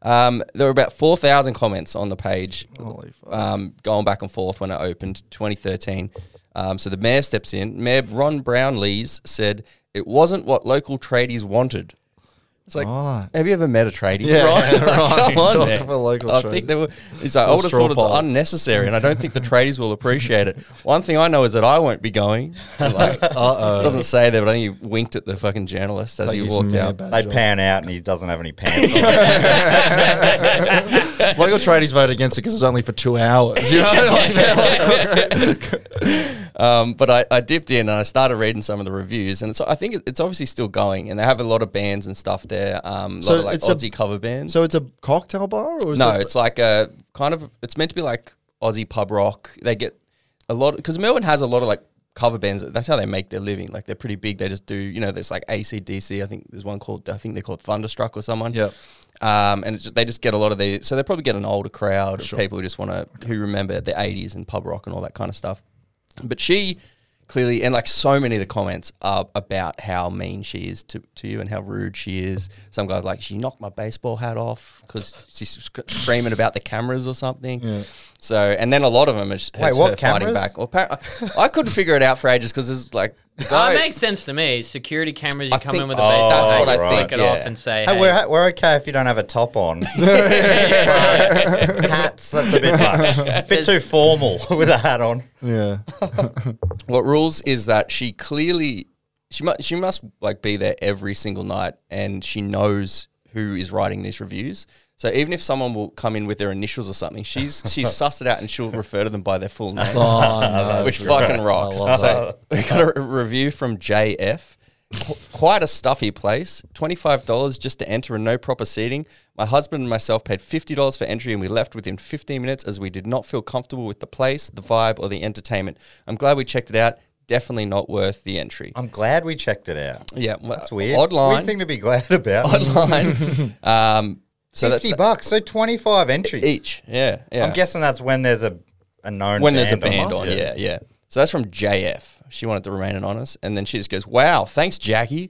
Speaker 6: Um, there were about 4,000 comments on the page, um, going back and forth when it opened 2013. Um, so the mayor steps in. Mayor Ron Brown Lees said it wasn't what local tradies wanted. It's like,
Speaker 5: Right.
Speaker 6: have you ever met a tradie?
Speaker 5: Oh. Yeah,
Speaker 6: <laughs> Ron?
Speaker 5: <laughs> right,
Speaker 6: Come on,
Speaker 5: talk
Speaker 6: man.
Speaker 5: for local
Speaker 6: I
Speaker 5: tradies.
Speaker 6: think they were. He's like, I
Speaker 5: Or
Speaker 6: would have
Speaker 5: straw
Speaker 6: thought it's
Speaker 5: poll.
Speaker 6: unnecessary, and I don't think the tradies will appreciate it. One thing I know is that I won't be
Speaker 5: <laughs>
Speaker 6: going. Like,
Speaker 5: Uh-oh.
Speaker 6: it doesn't say that, but I think he winked at the fucking journalist as
Speaker 5: Like
Speaker 6: he
Speaker 5: he's
Speaker 6: walked
Speaker 5: made a
Speaker 6: out.
Speaker 5: bad
Speaker 2: they
Speaker 5: job.
Speaker 2: pan out, and he doesn't have any <laughs> pants. on.
Speaker 5: Local tradies voted against it because it was only for two
Speaker 6: <laughs>
Speaker 5: hours. You know, like, they're
Speaker 6: Um, but I, I dipped in and I started reading some of the reviews, and it's, I think it- it's obviously still going, and they have a lot of bands and stuff there. Um, a
Speaker 5: So
Speaker 6: lot of like
Speaker 5: it's a-
Speaker 6: Aussie cover
Speaker 5: <laughs>
Speaker 6: bands.
Speaker 5: so it's a cocktail bar, or is
Speaker 6: no,
Speaker 5: it?
Speaker 6: it's like a kind of it's meant to be like Aussie pub rock. They get a lot because Melbourne has a lot of like cover bands. That's how they make their living. Like they're pretty big. They just do you know there's like ACDC. I think there's one called I think they're called Thunderstruck or someone.
Speaker 5: Yep.
Speaker 6: Um, and it's just, they just get a lot of the so they probably get an older crowd of people who just want to who remember the '80s and pub rock and all that kind of stuff. But she clearly and like so many of the comments are about how mean she is to, to you and how rude she is. Some guys like she knocked my baseball hat off because she's sc- screaming about the cameras or something. So and then a lot of them is
Speaker 2: Wait,
Speaker 6: is
Speaker 2: what
Speaker 6: her fighting
Speaker 2: cameras?
Speaker 6: back. Well, apparent- I couldn't figure it out for ages because
Speaker 2: <laughs>
Speaker 6: there's like the
Speaker 1: Oh,
Speaker 6: guy-
Speaker 1: it makes sense to me. Security cameras, you
Speaker 6: I
Speaker 1: come
Speaker 6: think-
Speaker 1: in with a
Speaker 6: Oh,
Speaker 1: baseball
Speaker 6: that's
Speaker 1: bat,
Speaker 6: what I
Speaker 1: you flick
Speaker 6: think,
Speaker 1: it
Speaker 6: yeah.
Speaker 1: off and say, hey,
Speaker 2: hey, Uh, we're, we're okay if you don't have a top
Speaker 6: <laughs>
Speaker 2: on. Uh, Hats, that's a bit much.
Speaker 6: <laughs>
Speaker 2: A bit too formal <laughs> with a hat on.
Speaker 5: yeah.
Speaker 6: what rules is that she clearly she must she must like be there every single night and she knows who is writing these reviews so even if someone will come in with their initials or something she's she's sussed it out and she'll refer to them by their full name
Speaker 5: Oh, no.
Speaker 6: <laughs> which fucking rocks
Speaker 5: I love
Speaker 6: so we got a re- review from jf qu- quite a stuffy place. $25 just to enter and no proper seating. My husband and myself paid $50 for entry and we left within 15 minutes as we did not feel comfortable with the place, the vibe, or the entertainment. I'm glad we checked it out. Definitely not worth the entry.
Speaker 2: I'm glad we checked it out.
Speaker 6: yeah, well,
Speaker 2: Um, That's weird.
Speaker 6: Odd line.
Speaker 2: Weird thing to be glad <laughs> about. <laughs>
Speaker 6: odd line. um, so that's
Speaker 2: Fifty bucks, so twenty five entry.
Speaker 6: each. Yeah, yeah.
Speaker 2: I'm guessing that's when there's a, a known
Speaker 6: when
Speaker 2: band
Speaker 6: there's a band on. Yeah, yeah. So that's from JF. She wanted to remain anonymous, and then she just goes, "Wow, thanks, Jackie."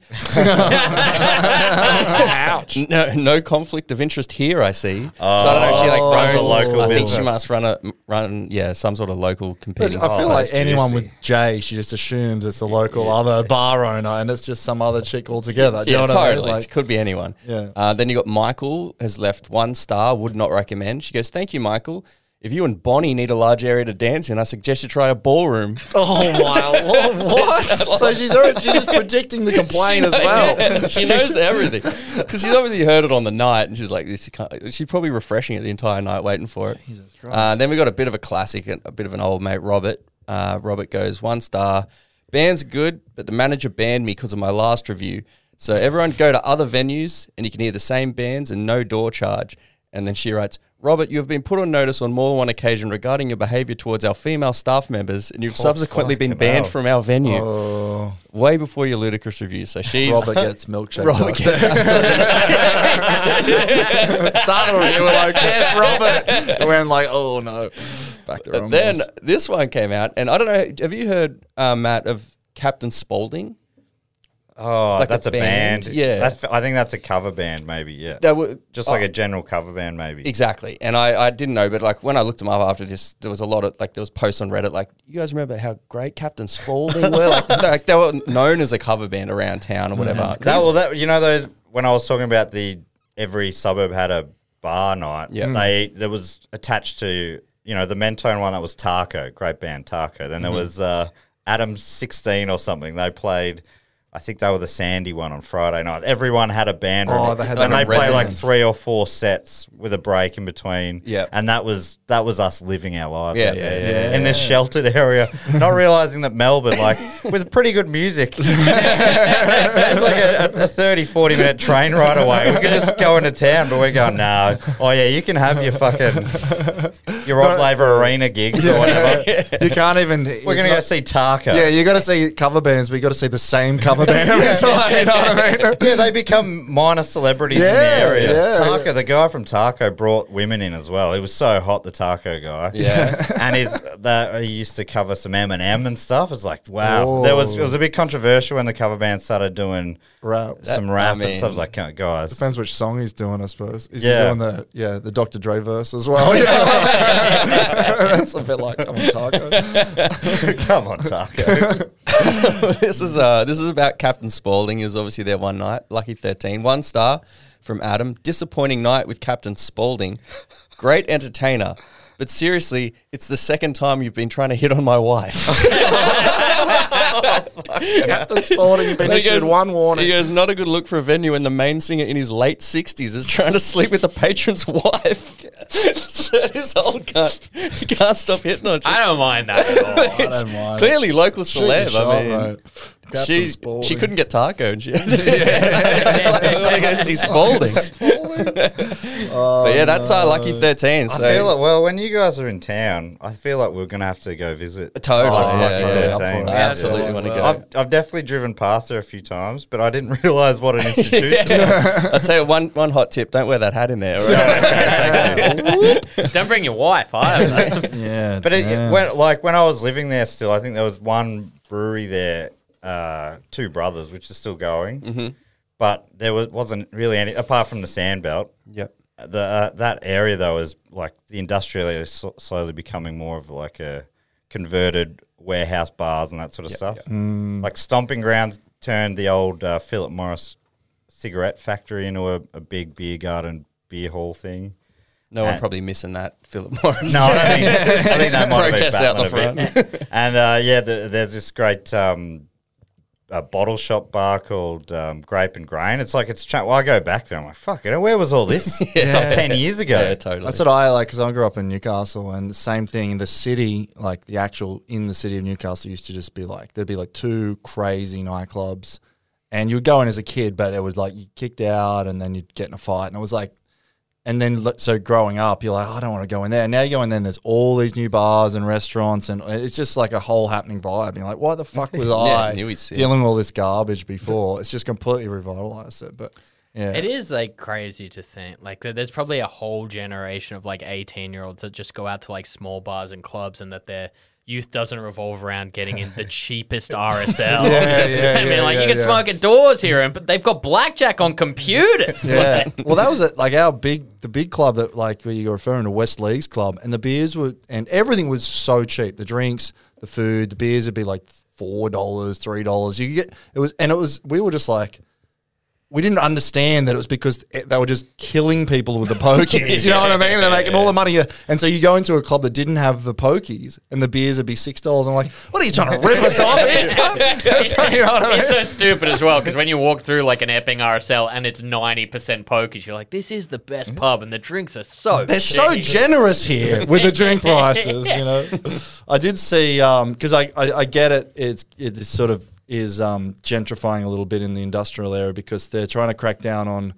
Speaker 6: Ouch. <laughs> No, no conflict of interest here. I see. so I don't know if she like
Speaker 2: Oh,
Speaker 6: runs
Speaker 2: runs a local
Speaker 6: I think she
Speaker 2: business.
Speaker 6: must run a run. Yeah, some sort of local
Speaker 5: But
Speaker 6: competing.
Speaker 5: I
Speaker 2: Oh,
Speaker 5: feel like
Speaker 2: that's
Speaker 5: anyone
Speaker 2: juicy.
Speaker 5: with J, she just assumes it's the local other bar owner, and it's just some other chick altogether. Do you
Speaker 6: yeah,
Speaker 5: know what
Speaker 6: totally.
Speaker 5: I mean?
Speaker 6: it could be anyone.
Speaker 5: Yeah.
Speaker 6: Uh, then you got Michael has left one star. Would not recommend. She goes, "Thank you, Michael." If you and Bonnie need a large area to dance in, I suggest you try a ballroom.
Speaker 5: oh my
Speaker 2: <laughs>
Speaker 5: lord! What? so she's already she's just predicting the complaint as well. <laughs>
Speaker 6: Yeah, she knows everything because she's obviously heard it on the night, and she's like, "This can't-" she's probably refreshing it the entire night, waiting for it." Uh, then we got a bit of a classic, a bit of an old mate, Robert. Uh, Robert goes one star. Band's good, but the manager banned me because of my last review. So everyone go to other venues, and you can hear the same bands and no door charge. And then she writes, Robert, you have been put on notice on more than one occasion regarding your behaviour towards our female staff members, and you've subsequently been
Speaker 2: Oh, fucking
Speaker 6: banned
Speaker 2: hell. Oh.
Speaker 6: from our venue way before your ludicrous review. So she's
Speaker 5: Robert
Speaker 6: <laughs>
Speaker 5: gets milkshake.
Speaker 6: Robert
Speaker 5: gets <laughs> Some of you were
Speaker 2: <laughs>
Speaker 5: like, "Yes, Robert," and we're like, "Oh no." Back the wrong
Speaker 6: then
Speaker 5: ways.
Speaker 6: this one came out, and I don't know. Have you heard uh, Matt of Captain Spaulding?
Speaker 2: Oh,
Speaker 6: Like a
Speaker 2: that's a
Speaker 6: band,
Speaker 2: band.
Speaker 6: yeah.
Speaker 2: That's, I think that's a cover band, maybe. Yeah.
Speaker 6: That were
Speaker 2: Just like a general cover band, maybe.
Speaker 6: exactly. And I, I didn't know, but like when I looked them up after this, there was a lot of like there was posts on Reddit like you guys remember how great Captain Spaulding were? <laughs> Like, they- like, they were known as a cover band around town or whatever.
Speaker 2: That
Speaker 6: <laughs>
Speaker 2: well, that you know those when I was talking about the every suburb had a bar night.
Speaker 6: Yeah.
Speaker 2: they that was attached to you know the Mentone one that was Tarko, great band Tarko. Then there
Speaker 6: Mm-hmm.
Speaker 2: was uh, Adam sixteen or something. They played. I think they were the Sandy one on Friday night. Everyone had a band.
Speaker 5: Oh,
Speaker 2: room.
Speaker 5: they had
Speaker 2: and
Speaker 5: that
Speaker 2: they
Speaker 5: on
Speaker 2: play like
Speaker 5: Resonance.
Speaker 2: three or four sets with a break in between.
Speaker 6: Yep.
Speaker 2: and that was that was us living our lives.
Speaker 6: Yeah,
Speaker 2: out
Speaker 6: yeah,
Speaker 2: there
Speaker 6: yeah,
Speaker 2: in this sheltered <laughs> area, not realizing that Melbourne, like with pretty good
Speaker 6: <laughs>
Speaker 2: music, it's like a, a, a 30, 40 minute train ride away. We could just go into town, but we're going, no. Oh, yeah, you can have your fucking, your Rod Laver Arena gigs or whatever. <laughs>
Speaker 5: you can't even.
Speaker 2: We're going to go see Tarka.
Speaker 5: Yeah, you got to see cover bands, but you got to see the same cover band.
Speaker 2: <laughs>
Speaker 5: every time, you know what I mean?
Speaker 2: Yeah, they become minor celebrities in
Speaker 5: Yeah,
Speaker 2: the area.
Speaker 5: yeah.
Speaker 2: Tarko, the guy from Tarko brought women in as well. He was so hot, the Tarko guy.
Speaker 6: Yeah.
Speaker 2: <laughs> and he's that he used to cover some Eminem and stuff. It's like wow, there was it was a bit controversial when the cover band started doing
Speaker 5: Rap.
Speaker 2: some
Speaker 6: That-
Speaker 2: rap
Speaker 6: I mean-
Speaker 2: and stuff. I was like, "Oh, guys,
Speaker 5: Depends which song he's doing, I suppose. Is
Speaker 2: Yeah.
Speaker 5: he doing the yeah the Dr. Dre verse as
Speaker 6: <laughs>
Speaker 5: well? <laughs> Yeah. That's a bit like I'm a taco.
Speaker 2: come on,
Speaker 6: <laughs>
Speaker 2: Tarko.
Speaker 6: this is uh this is about Captain Spaulding. He was obviously there one night. Lucky thirteen, one star from Adam. Disappointing night with Captain Spaulding. Great entertainer. But seriously, it's the second time you've been trying to hit on
Speaker 5: <laughs>
Speaker 6: my wife.
Speaker 5: Captain Spaulding, you've been
Speaker 6: He
Speaker 5: issued
Speaker 6: goes-
Speaker 5: one warning.
Speaker 6: He goes, not a good look for a venue when the main singer in his late 60s is trying to sleep with the patron's wife. <laughs> so this old cunt he can't stop hitting on
Speaker 1: I
Speaker 6: her.
Speaker 1: don't mind that at
Speaker 6: <laughs>
Speaker 1: all.
Speaker 6: It's
Speaker 5: don't mind.
Speaker 6: Clearly local
Speaker 5: Shoot your
Speaker 6: celeb.
Speaker 5: shot,
Speaker 6: I mean,
Speaker 5: mate. Captain
Speaker 6: she, she
Speaker 5: Spaulding.
Speaker 6: couldn't get
Speaker 2: <laughs>
Speaker 6: taco and she had to, She's like, "I'm gonna go see Spalding. but yeah, that's our lucky
Speaker 2: Oh,
Speaker 6: 13. So
Speaker 2: I feel like well, when you guys are in town, I feel like we're gonna have to go visit.
Speaker 6: totally.
Speaker 2: Oh,
Speaker 6: yeah,
Speaker 2: Lucky
Speaker 6: yeah, yeah.
Speaker 2: 13.
Speaker 6: I
Speaker 2: Yeah,
Speaker 6: absolutely
Speaker 1: yeah.
Speaker 6: want to go.
Speaker 2: I've, I've definitely driven past there a few times, but I didn't <laughs> realize what
Speaker 6: <laughs>
Speaker 2: an institution. was.
Speaker 6: I'll tell you one, one hot tip don't wear that hat in there. all right? <laughs>
Speaker 2: <laughs>
Speaker 1: Don't bring your wife
Speaker 5: <laughs>
Speaker 1: either.
Speaker 6: <laughs>
Speaker 5: Yeah,
Speaker 2: But it,
Speaker 5: damn.
Speaker 2: it, when, like when I was living there, still, I think there was one brewery there, uh, Two Brothers, which is still going. Mm-hmm. But there was wasn't really any apart from the Sandbelt.
Speaker 6: yep.
Speaker 2: The uh, that area though is like the industrial area is so- slowly becoming more of like a converted warehouse bars and that sort of stuff. Like Stomping Grounds turned the old uh, Philip Morris cigarette factory into a, a big beer garden beer hall thing.
Speaker 6: No one
Speaker 2: Uh,
Speaker 6: probably missing that, Philip
Speaker 2: <laughs>
Speaker 6: Morris.
Speaker 2: No, I don't think, I think that might have been
Speaker 6: Protest out
Speaker 2: Batman
Speaker 6: the
Speaker 2: a bit. And uh, yeah, the, there's this great um, uh bottle shop bar called um, Grape and Grain. It's like it's. Cha- well, I go back there. I'm like, fuck it. Where was all <laughs> this stuff ten years ago?
Speaker 6: <laughs> Yeah, totally.
Speaker 5: That's what I like because I grew up in Newcastle, and the same thing. The city, like the actual in the city of Newcastle, used to just be like there'd be like two crazy nightclubs, And you would go in as a kid, but it was like you kicked out and then you'd get in a fight. And it was like, and then le- so growing up, you're like, "Oh, I don't want to go in there. Now you go in there, and there's all these new bars and restaurants, and it's just like a whole happening vibe. You're like, why the
Speaker 6: <laughs>
Speaker 5: fuck was I
Speaker 6: knew he'd see it.
Speaker 5: dealing with all this garbage before? It's just completely revitalized it. But yeah,
Speaker 1: It is like crazy to think. Like there- there's probably a whole generation of like 18 year olds that just go out to like small bars and clubs and that their youth doesn't revolve around getting in the cheapest RSL.
Speaker 5: Yeah, yeah,
Speaker 1: <laughs> I mean,
Speaker 5: yeah,
Speaker 1: like
Speaker 5: yeah,
Speaker 1: you can
Speaker 5: yeah.
Speaker 1: smoke at doors here, and but they've got blackjack on <laughs> computers.
Speaker 5: Yeah.
Speaker 1: Like,
Speaker 5: well, that was it. Like our big, the big club that like where you're referring to West Leagues Club, and the beers were and everything was so cheap. The drinks, the food, the beers would be like four dollars, three dollars. You could get it was, and it was. We were just like. We didn't understand that it was because it- they were just killing people with the pokies. You know what I mean? They're making all the money. And so you go into a club that didn't have the pokies and the beers would be $6. I'm like, what are you trying to rip us off here? cunt?" you know what I mean?
Speaker 1: It's so stupid as well because when you walk through like an Epping RSL and it's 90% pokers, you're like, this is the best pub and the drinks are so
Speaker 5: Mm-hmm. They're so
Speaker 1: shitty.
Speaker 5: generous here with the drink prices, you know. <laughs> I did see because I, I I get it. It's it is sort of is um, gentrifying a little bit in the industrial area because they're trying to crack down on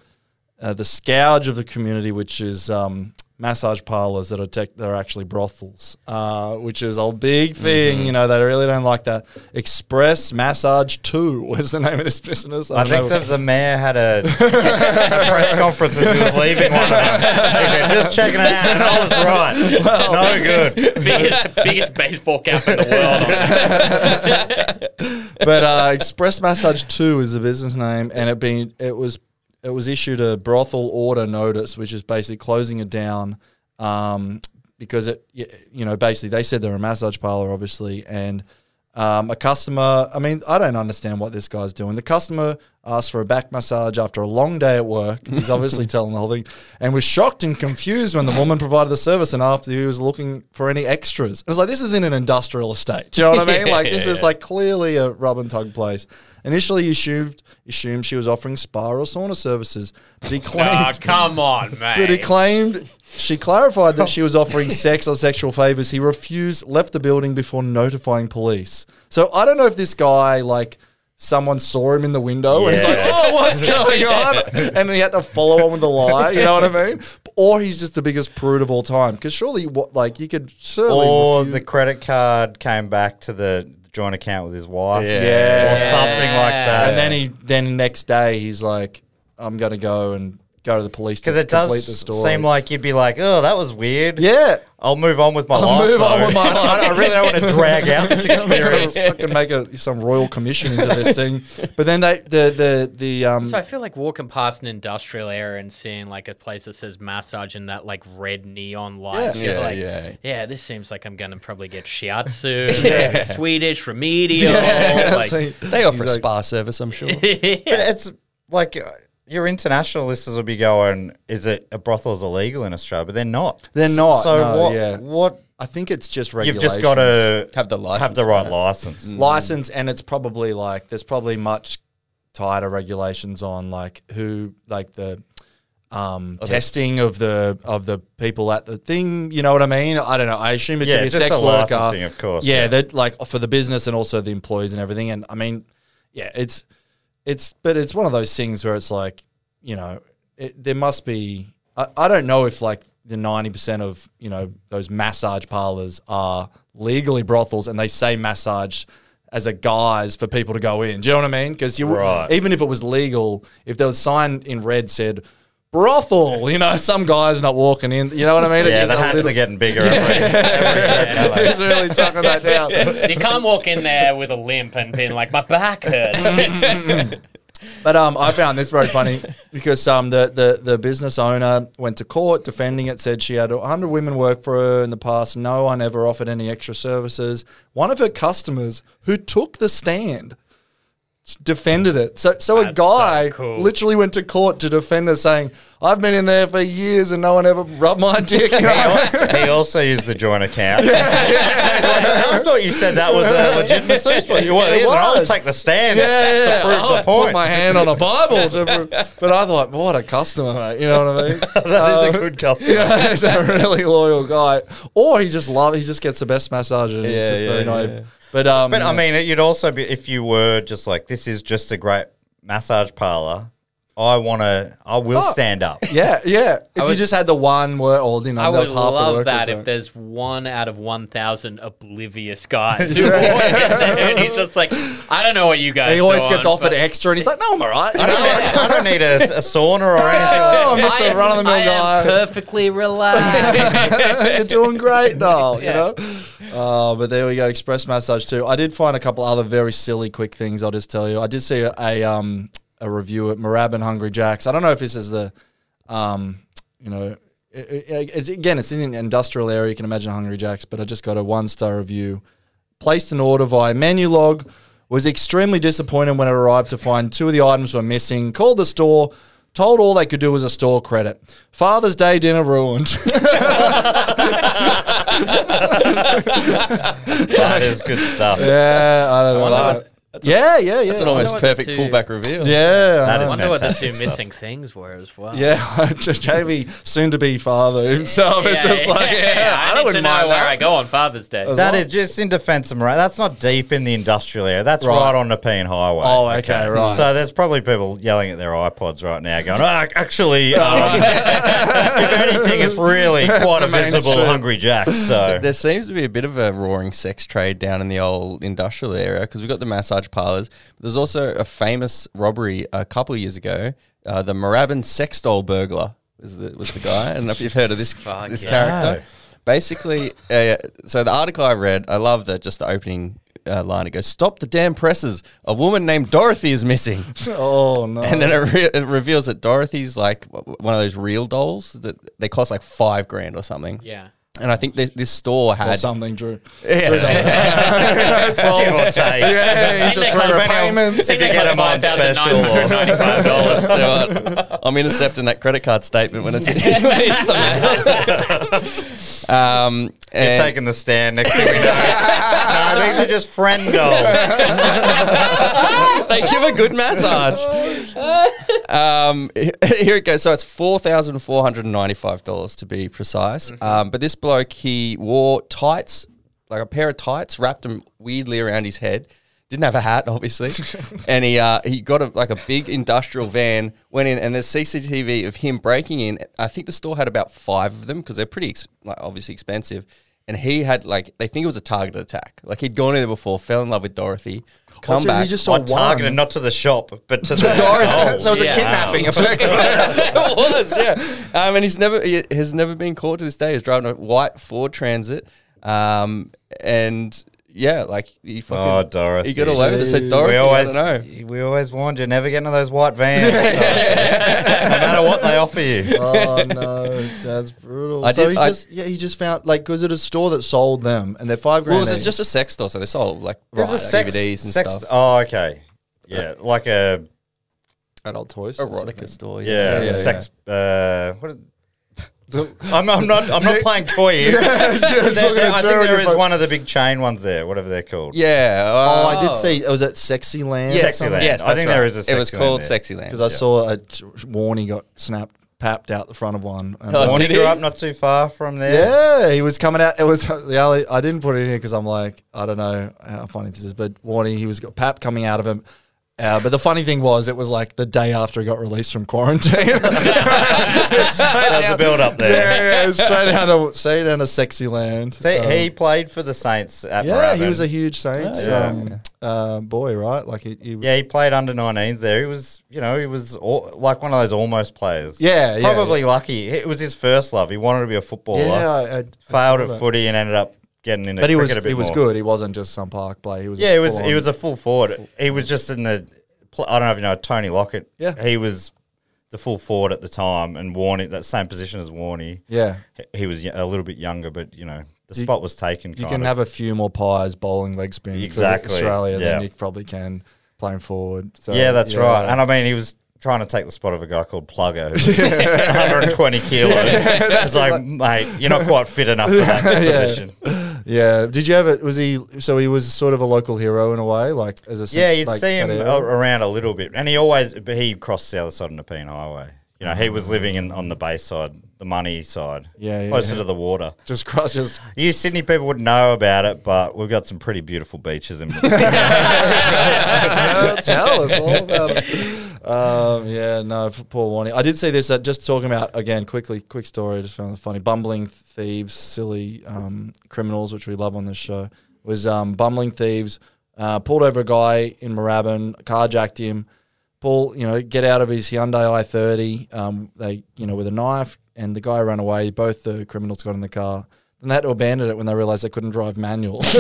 Speaker 5: uh, the scourge of the community, which is um, massage parlors that are tech, that are actually brothels, uh, which is a big thing. You know, they really don't like that. Express Massage Two <laughs> was the name of this business.
Speaker 2: I
Speaker 5: don't
Speaker 2: think
Speaker 5: know.
Speaker 2: that the mayor had
Speaker 5: <laughs>
Speaker 2: a, a press conference as he was leaving one night. He said, just checking it out, and I was right. no good.
Speaker 5: <laughs>
Speaker 1: <laughs> biggest, biggest baseball cap in the world.
Speaker 5: but uh, Express Massage Two is the business name, and it being it was it was issued a brothel order notice, which is basically closing it down um, because it y- you know basically they said they're a massage parlor, obviously, and um, a customer. I mean, I don't understand what this guy's doing. The customer asked for a back massage after a long day at work. He's obviously telling the whole thing, and was shocked and confused when the woman provided the service and after he was looking for any extras. It's like this is in an industrial estate. Do you know what I mean? Like this is like clearly a rub and tug place. Initially, he assumed assumed she was offering spa or sauna services, but he claimed.
Speaker 1: oh, come
Speaker 5: <laughs>
Speaker 1: on, mate.
Speaker 5: But he claimed she clarified that
Speaker 2: <laughs>
Speaker 5: she was offering sex or sexual favors. He refused, left the building before notifying police. So I don't know if this guy like someone saw him in the window and he's like,
Speaker 2: Yeah. <laughs>
Speaker 5: "Oh, what's going on?" And he had to follow on with the lie. You know what I mean? Or he's just the biggest prude of all time. Because surely, what like you could certainly
Speaker 2: Or
Speaker 5: refuse-
Speaker 2: the credit card came back to the joint account with his wife.
Speaker 5: Yeah.
Speaker 2: Or something like that.
Speaker 5: and then he then next day he's like, "I'm gonna go and go to the police
Speaker 2: Because
Speaker 5: to
Speaker 2: it
Speaker 5: complete the
Speaker 2: does
Speaker 5: story."
Speaker 2: seem like you'd be like, oh, that was weird.
Speaker 5: yeah.
Speaker 2: I'll move on with my life.
Speaker 5: move on
Speaker 2: though. <laughs>
Speaker 5: with my life.
Speaker 2: I really don't want to drag out
Speaker 5: <laughs>
Speaker 2: this experience.
Speaker 5: fucking make a, some royal commission into this thing. But then they the the the um
Speaker 1: So I feel like walking past an industrial area and seeing like a place that says massage in that like red neon light.
Speaker 5: Yeah.
Speaker 1: you're
Speaker 6: Yeah,
Speaker 1: like,
Speaker 6: yeah.
Speaker 1: yeah, this seems like I'm gonna probably get shiatsu,
Speaker 5: <laughs>
Speaker 1: maybe Swedish remedial. Like, <laughs>
Speaker 5: so
Speaker 6: They
Speaker 5: He's
Speaker 6: offer a
Speaker 5: like-
Speaker 6: spa service,
Speaker 2: <laughs>
Speaker 6: I'm sure.
Speaker 1: yeah.
Speaker 2: It's like uh, your international listeners will be going, is it a brothel is illegal in Australia? But they're not.
Speaker 5: They're not,
Speaker 2: So
Speaker 5: no,
Speaker 2: what?
Speaker 5: yeah.
Speaker 2: What?
Speaker 5: I think it's just
Speaker 2: You've
Speaker 5: regulations.
Speaker 2: just
Speaker 5: Mm.
Speaker 2: got to
Speaker 6: Have the license.
Speaker 2: have the right license.
Speaker 5: license, and it's probably like there's probably much tighter regulations on like who like the um, testing of the of the people at the thing. You know what I mean? I don't know. I assume it
Speaker 2: Yeah,
Speaker 5: to be a
Speaker 2: just
Speaker 5: sex
Speaker 2: a
Speaker 5: worker,
Speaker 2: licensing, of course,
Speaker 5: Yeah,
Speaker 2: yeah.
Speaker 5: that like for the business and also the employees and everything. And I mean, yeah, it's it's but it's one of those things where it's like you know it, there must be. I, I don't know if like the ninety percent of you know those massage parlors are legally brothels and they say massage. As a guise for people to go in, do you know what I mean? Because you,
Speaker 2: Right.
Speaker 5: even if it was legal, if the sign in red said brothel, you know, <laughs> some guy's not walking in. You know what I mean? It
Speaker 2: Yeah,
Speaker 5: is
Speaker 2: the
Speaker 5: a
Speaker 2: hats
Speaker 5: little-
Speaker 2: are getting bigger. Every second, like,
Speaker 5: <laughs> it's really tucking that
Speaker 2: <laughs>
Speaker 5: down.
Speaker 1: You can't walk in there with a limp and being like, my back hurts.
Speaker 5: But um, I found this
Speaker 2: <laughs>
Speaker 5: very funny because um, the, the, the business owner went to court defending it, said she had 100 women work for her in the past. No one ever offered any extra services. One of her customers who took the stand defended it. So, so a
Speaker 1: That's so
Speaker 5: guy
Speaker 1: cool.
Speaker 5: literally went to court to defend her, saying, I've been in there for years and no one ever rubbed my dick. <laughs> You know?
Speaker 2: <laughs> he also used the joint account. <laughs> I thought you said that was a legit masseuse. Well, you were.
Speaker 5: It
Speaker 2: Here's an- I'll
Speaker 5: was.
Speaker 2: take the stand
Speaker 5: yeah, yeah, yeah.
Speaker 2: to prove
Speaker 5: I
Speaker 2: the point.
Speaker 5: Put my hand on a Bible, to prove, but I thought, what a customer, mate. You know what I
Speaker 2: <laughs> <laughs>
Speaker 5: mean?
Speaker 2: that is
Speaker 5: Um,
Speaker 2: a good customer.
Speaker 5: <laughs> Yeah, he's a really loyal guy, or he just love. He just gets the best massage, and he's
Speaker 6: Yeah,
Speaker 5: just very
Speaker 6: yeah,
Speaker 5: naive. But um,
Speaker 2: But I mean, you'd also be if you were just like, this is just a great massage parlor, I want to. I will
Speaker 5: Oh.
Speaker 2: stand up.
Speaker 5: <laughs> Yeah, yeah. If you
Speaker 1: would-
Speaker 5: just had the one word, or you know,
Speaker 1: I
Speaker 5: that was
Speaker 1: would
Speaker 5: half the work or
Speaker 1: love that
Speaker 5: so.
Speaker 1: if there's one out of 1,000 oblivious
Speaker 5: <laughs>
Speaker 1: guys who walk in there and he's just like, I don't know what you guys
Speaker 5: he always
Speaker 1: do
Speaker 5: gets
Speaker 1: on,
Speaker 5: offered
Speaker 1: but-
Speaker 5: extra, and he's like, "No, I'm all right." <laughs>
Speaker 2: I don't, need, I don't need a, a sauna or anything.
Speaker 5: Oh, I'm
Speaker 1: <laughs>
Speaker 5: just
Speaker 1: I
Speaker 5: a
Speaker 1: am-
Speaker 5: run-of-the-mill
Speaker 1: I am
Speaker 5: guy. <laughs>
Speaker 1: perfectly relaxed.
Speaker 5: You're doing great now,
Speaker 1: Yeah.
Speaker 5: you know. Uh, but there we go, express massage too. I did find a couple other very silly, quick things. I'll just tell you. I did see a, a um a review at Marab and Hungry Jacks. I don't know if this is the, um, you know, i- i- it's again, it's in an industrial area. You can imagine Hungry Jacks, but I just got a one star review. Placed an order via menu log. Was extremely disappointed when it arrived to find two of the items were missing. Called the store. Told all they could do was a store credit. Father's Day dinner ruined. <laughs>
Speaker 2: That is good stuff.
Speaker 5: Yeah, I don't know.
Speaker 1: wonder what-
Speaker 5: yeah, yeah, yeah.
Speaker 6: It's an almost
Speaker 1: what
Speaker 6: perfect
Speaker 1: to-
Speaker 6: pullback reveal.
Speaker 5: yeah, I
Speaker 2: That
Speaker 5: know.
Speaker 2: is-
Speaker 1: wonder what the two
Speaker 2: Fantastic stuff.
Speaker 1: missing things were as well.
Speaker 5: yeah. <laughs> Jamie, soon to be father himself, is just
Speaker 1: <laughs>
Speaker 5: like, yeah, I,
Speaker 1: I, need to
Speaker 5: wouldn't
Speaker 1: know
Speaker 5: mind
Speaker 1: where
Speaker 5: that.
Speaker 1: I go on Father's Day.
Speaker 5: As
Speaker 2: That
Speaker 5: well.
Speaker 2: is just in defense of Moran. That's not deep in the industrial area. That's
Speaker 5: Right.
Speaker 2: right, on Nepean Highway.
Speaker 5: Oh, okay, right.
Speaker 2: So there's probably people yelling at their iPods right now, going, oh,
Speaker 5: <laughs>
Speaker 2: "Actually, um, if anything, it's really quite a
Speaker 5: the main
Speaker 2: visible
Speaker 5: street.
Speaker 2: Hungry Jack." So
Speaker 6: There seems to be a bit of a roaring sex trade down in the old industrial area because we've got the massage parlors. There's also a famous robbery a couple of years ago. Uh, the Moorabbin sex doll burglar was the, was the guy. I don't know if you've heard of this,
Speaker 1: Fuck
Speaker 6: this
Speaker 1: yeah.
Speaker 6: character. Basically, uh, so the article I read, I love that just the opening uh, line. It goes, Stop the damn presses. A woman named Dorothy is missing. <laughs>
Speaker 5: Oh no.
Speaker 6: And then it, re- it reveals that Dorothy's like w- w- one of those real dolls that they cost like five grand or something.
Speaker 1: yeah.
Speaker 6: And I think this, this store
Speaker 5: or
Speaker 6: had
Speaker 5: something, Drew.
Speaker 6: yeah.
Speaker 2: give or take.
Speaker 5: Yeah, he's just
Speaker 1: Depending
Speaker 5: for
Speaker 1: on-
Speaker 5: payments.
Speaker 2: If you get them on special, or-
Speaker 1: $5,995.
Speaker 6: So, uh, <laughs> I'm intercepting that credit card statement when it's, when it's the mail. um,
Speaker 2: you're
Speaker 6: and
Speaker 2: taking the stand. Next thing we know, no, these are just friend dolls.
Speaker 6: <laughs> they give a good massage. um, <laughs> he- here it goes. So it's four thousand four hundred ninety-five dollars to be precise. Um, but this bloke, he wore tights, like a pair of tights, wrapped them weirdly around his head. Didn't have a hat, <laughs> obviously, and he uh, he got a, like a big industrial van, went in, and there's CCTV of him breaking in. I think the store had about five of them because they're pretty ex- like obviously expensive, and he had like they think it was a targeted attack. Like he'd gone in there before, fell in love with Dorothy, come
Speaker 5: Watch it,
Speaker 6: back,
Speaker 5: You just saw
Speaker 2: I
Speaker 5: one.
Speaker 2: targeted <laughs> not to the shop, but to the
Speaker 5: Dorothy.
Speaker 2: dolls.
Speaker 5: So it was
Speaker 1: Yeah.
Speaker 5: a kidnapping,
Speaker 2: Wow.
Speaker 5: effectively.
Speaker 6: <laughs> it was, yeah. Um, and he's never he has never been caught to this day. He's driving a white Ford Transit, um, and yeah, like he
Speaker 2: Oh,
Speaker 6: fucking
Speaker 2: Dorothy.
Speaker 6: he got away with it. So Dorothy,
Speaker 2: We always,
Speaker 6: I don't know.
Speaker 2: we always warned you never get into those white vans. no matter what they offer you.
Speaker 5: oh no, that's brutal.
Speaker 6: I
Speaker 5: so
Speaker 6: did-
Speaker 5: he
Speaker 6: I-
Speaker 5: just yeah, he just found like because at a store that sold them and they're five grand.
Speaker 6: Well, it was
Speaker 5: each.
Speaker 6: just a sex store, so they sold like
Speaker 2: There's
Speaker 6: right,
Speaker 2: a
Speaker 6: like
Speaker 2: sex-
Speaker 6: DVDs and
Speaker 2: sex-
Speaker 6: stuff.
Speaker 2: Oh, okay. Yeah, like a
Speaker 5: adult toys. <laughs>
Speaker 6: Erotica store,
Speaker 2: yeah, a
Speaker 6: yeah,
Speaker 2: sex. Uh, what is,
Speaker 5: The-
Speaker 2: I'm, I'm not. I'm not playing coy here. There- there- I think there is one of the big chain ones there, whatever they're called.
Speaker 6: Yeah,
Speaker 5: Oh,
Speaker 6: uh,
Speaker 5: I did see. It was at Sexy Land.
Speaker 2: Yes. Sexy Land.
Speaker 6: Yes,
Speaker 2: I
Speaker 6: that's
Speaker 2: think
Speaker 6: right.
Speaker 2: there is a
Speaker 6: It was
Speaker 2: Sexyland
Speaker 6: called
Speaker 2: there.
Speaker 6: Sexyland.
Speaker 5: Because I saw a t- warning got snapped, papped out the front of one. And
Speaker 6: Oh,
Speaker 2: Warney
Speaker 6: did
Speaker 2: grew
Speaker 6: he?
Speaker 2: up not too far from there.
Speaker 5: yeah, he was coming out. It was <laughs> the alley. I didn't put it in here because I'm like, I don't know how funny this is, but warning, he was got pap coming out of him. Uh, but the funny thing was, it was like the day after he got released from quarantine. <laughs>
Speaker 2: that was a build up there.
Speaker 5: yeah, it was straight down to straight down to sexy land.
Speaker 2: See,
Speaker 5: Um,
Speaker 2: he played for the Saints at
Speaker 5: yeah, he
Speaker 2: Moorabbin.
Speaker 5: was a huge Saints
Speaker 2: Yeah.
Speaker 5: um, uh, boy, right? Like he, he
Speaker 2: Yeah, he played under 19s there. He was, you know, he was all, like one of those almost players.
Speaker 5: Yeah, yeah,
Speaker 2: Probably lucky. It was his first love. He wanted to be a footballer.
Speaker 5: yeah. I, I,
Speaker 2: failed
Speaker 5: that.
Speaker 2: at footy and ended up getting into
Speaker 5: but he was
Speaker 2: cricket a bit
Speaker 5: he was
Speaker 2: more.
Speaker 5: good. He wasn't just some park play. He was
Speaker 2: Yeah, he was he
Speaker 5: full-on-
Speaker 2: was a full forward. he was just in the pl- I don't know if you know Tony Lockett.
Speaker 5: Yeah.
Speaker 2: He was the full forward at the time and Warney that same position as Warney.
Speaker 5: yeah.
Speaker 2: He- He was y- a little bit younger, but you know, the spot was taken
Speaker 5: You
Speaker 2: kind
Speaker 5: can
Speaker 2: of.
Speaker 5: have a few more pies bowling leg spin
Speaker 2: Exactly,
Speaker 5: for Australia than
Speaker 2: yeah.
Speaker 5: you probably can playing forward. So,
Speaker 2: yeah, that's right. And I mean he was trying to take the spot of a guy called Plugger who <laughs> was <laughs> 120 kilos. it's like, mate, you're not quite fit enough for <laughs>
Speaker 5: <laughs>
Speaker 2: that
Speaker 5: Yeah.
Speaker 2: position.
Speaker 5: <laughs> yeah. Did you ever? Was he? So he was sort of a local hero in a way, like as a
Speaker 2: Yeah, you'd
Speaker 5: like,
Speaker 2: see him
Speaker 5: that
Speaker 2: a-
Speaker 5: era?
Speaker 2: around a little bit, and he always but he crossed the other side of Nepean Highway. You know, he was living in on the bay side, the money side,
Speaker 5: Yeah, yeah,
Speaker 2: closer
Speaker 5: yeah.
Speaker 2: to the water.
Speaker 5: Just cross, just
Speaker 2: You Sydney people <laughs> would know about it, but we've got some pretty beautiful beaches in. Nepean
Speaker 5: <laughs> tell us <laughs> all about it. Um, yeah, no, p- poor warning. I did see this. Uh, just talking about again quickly, quick story. I just found it funny. Bumbling thieves, silly um, criminals, which we love on this show, was um, bumbling thieves uh, pulled over a guy in Moorabbin, carjacked him. Paul, you know, get out of his Hyundai i30. Um, they, you know, with a knife, and the guy ran away. Both the criminals got in the car. Then they had to abandon it when they realized they couldn't drive manual. <laughs>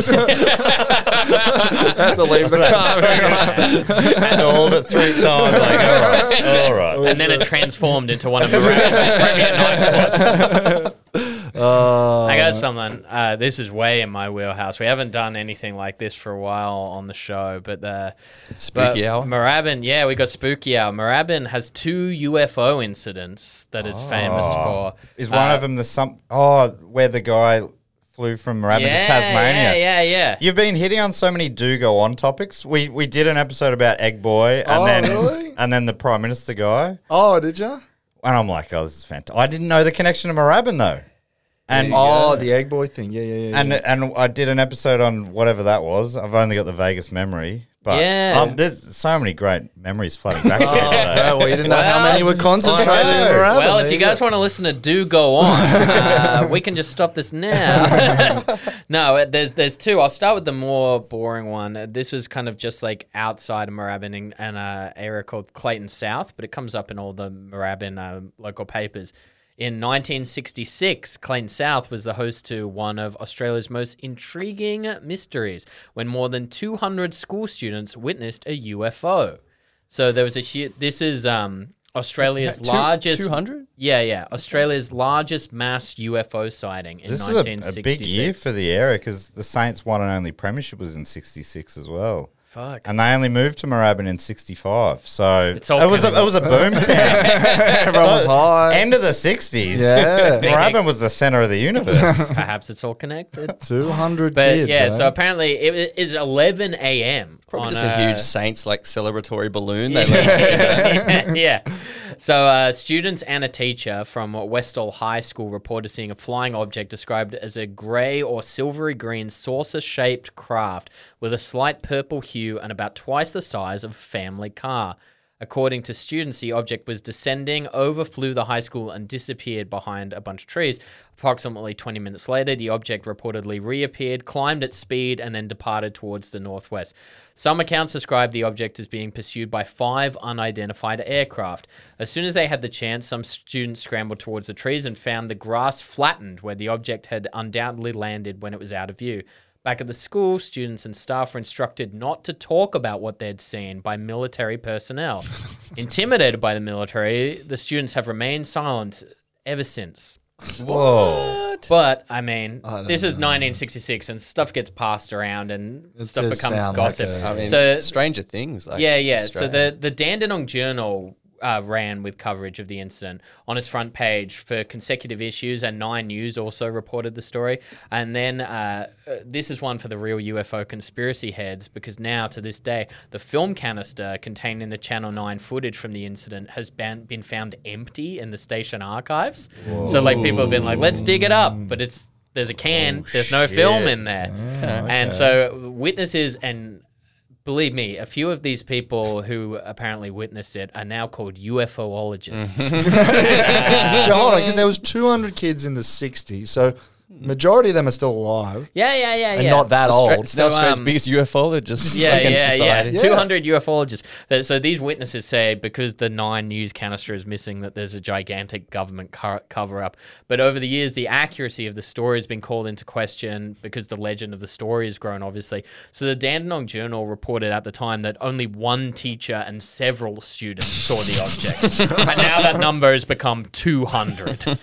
Speaker 5: had to <laughs> leave the car.
Speaker 2: <laughs> Stalled it three times. Like, all right, all right.
Speaker 1: and
Speaker 5: <laughs>
Speaker 1: then it transformed into one of the rare- premier nightclubs. I got something. Uh, this is way in my wheelhouse. We haven't done anything like this for a while on the show, but uh,
Speaker 6: Spooky
Speaker 1: but
Speaker 6: hour?
Speaker 1: Moorabbin, yeah, we got spooky hour. Moorabbin has two UFO incidents that it's famous for.
Speaker 2: Is one
Speaker 1: Uh,
Speaker 2: of them the some? Oh, where the guy flew from Rabbit
Speaker 1: yeah,
Speaker 2: to
Speaker 1: Yeah,
Speaker 2: Tasmania.
Speaker 1: yeah, yeah.
Speaker 2: You've been hitting on so many do go on topics. We we did an episode about Egg Boy, and
Speaker 5: Oh,
Speaker 2: then
Speaker 5: really?
Speaker 2: <laughs> and then the Prime Minister guy,
Speaker 5: Oh, did you?
Speaker 2: and I'm like, oh, this is fantastic. I didn't know the connection to Moorabbin though, and
Speaker 5: Oh, the egg boy thing. Yeah, yeah, yeah. yeah.
Speaker 2: and
Speaker 1: uh,
Speaker 2: and I did an episode on whatever that was. I've only got the vaguest memory, but
Speaker 1: Yeah.
Speaker 2: um, there's so many great memories flooding
Speaker 5: <laughs>
Speaker 2: back. to me
Speaker 5: Yeah,
Speaker 2: today.
Speaker 5: Oh, well, you didn't know how
Speaker 1: Well, <laughs>
Speaker 5: many were concentrated in
Speaker 2: know.
Speaker 5: Moorabbin.
Speaker 1: Well,
Speaker 5: There
Speaker 1: if you guys
Speaker 5: go.
Speaker 1: want to listen to "Do Go On," uh, we can just stop this now. no, uh, there's there's two. I'll start with the more boring one. Uh, This was kind of just like outside of Moorabbin in an uh, area called Clayton South, but it comes up in all the Moorabbin uh, local papers. In 1966, Clayton South was the host to one of Australia's most intriguing mysteries when more than 200 school students witnessed a UFO. So there was a huge. This is um, Australia's largest.
Speaker 6: two hundred.
Speaker 1: Yeah, yeah. Australia's largest mass UFO sighting in
Speaker 2: This is a, a
Speaker 1: 1966.
Speaker 2: big year for the era because the Saints' one and only premiership was in '66 as well.
Speaker 1: Fuck.
Speaker 2: And they only moved to Moorabbin in '65, so
Speaker 1: It's all
Speaker 2: it was a,
Speaker 1: pivotal.
Speaker 2: it was a boom
Speaker 1: <laughs>
Speaker 2: town.
Speaker 5: Everyone was high.
Speaker 2: End of the
Speaker 1: <laughs>
Speaker 2: '60s.
Speaker 5: Yeah.
Speaker 2: Moorabbin was the center of the
Speaker 5: <laughs>
Speaker 2: universe.
Speaker 1: Perhaps it's all
Speaker 2: <laughs>
Speaker 1: connected.
Speaker 5: 200
Speaker 1: But
Speaker 5: kids.
Speaker 1: yeah,
Speaker 5: eh?
Speaker 1: so apparently it wa- is 11 a.m.
Speaker 6: Probably
Speaker 1: on
Speaker 6: just a huge Saints like celebratory balloon. They let
Speaker 1: yeah. yeah. So, uh, students and a teacher from Westall High School reported seeing a flying object described as a grey or silvery green saucer shaped craft with a slight purple hue and about twice the size of a family car. According to students, the object was descending, overflew the high school, and disappeared behind a bunch of trees. Approximately 20 minutes later, the object reportedly reappeared, climbed at speed, and then departed towards the northwest. Some accounts describe the object as being pursued by five unidentified aircraft. As soon as they had the chance, some students scrambled towards the trees and found the grass flattened where the object had undoubtedly landed when it was out of view. Back at the school, students and staff were instructed not to talk about what they'd seen by military personnel. Intimidated by the military, the students have remained silent ever since.
Speaker 2: Whoa!
Speaker 1: But I mean, this is 1966, and stuff gets passed around, and
Speaker 5: It
Speaker 1: stuff
Speaker 5: does
Speaker 1: becomes
Speaker 5: sound like
Speaker 1: gossip.
Speaker 5: a-
Speaker 6: I <laughs> mean,
Speaker 1: so
Speaker 6: Stranger Things. Like
Speaker 1: yeah, yeah.
Speaker 6: Australia.
Speaker 1: So the the Dandenong Journal uh, ran with coverage of the incident on its front page for consecutive issues, and Nine News also reported the story. And then uh, uh, this is one for the real UFO conspiracy heads because now to this day, the film canister contained in the Channel Nine footage from the incident has been been found empty in the station archives. So like people have been like, let's dig it up, but it's there's a can,
Speaker 6: Oh,
Speaker 1: there's no film in there, and so witnesses and Believe me, a few of these people who apparently witnessed it are now called
Speaker 5: <laughs>
Speaker 1: UFOologists.
Speaker 5: Yeah, hold on, because there was 200 kids in the 60s, so majority of them are still alive
Speaker 1: yeah, yeah, yeah,
Speaker 5: and
Speaker 1: yeah.
Speaker 5: not that
Speaker 6: Austra-
Speaker 5: old.
Speaker 6: it's now
Speaker 1: So,
Speaker 6: Australia's
Speaker 1: um, <laughs>
Speaker 6: biggest ufologist.
Speaker 1: Yeah,
Speaker 6: like, in
Speaker 1: yeah,
Speaker 6: society.
Speaker 1: yeah.
Speaker 5: Yeah.
Speaker 1: 200 UFOologists. Th- So these witnesses say because the Nine News canister is missing that there's a gigantic government co- cover up. But over the years, the accuracy of the story has been called into question because the legend of the story has grown, obviously. So the Dandenong Journal reported at the time that only one teacher and several students saw the
Speaker 5: <laughs>
Speaker 1: object. and now that number has become 200.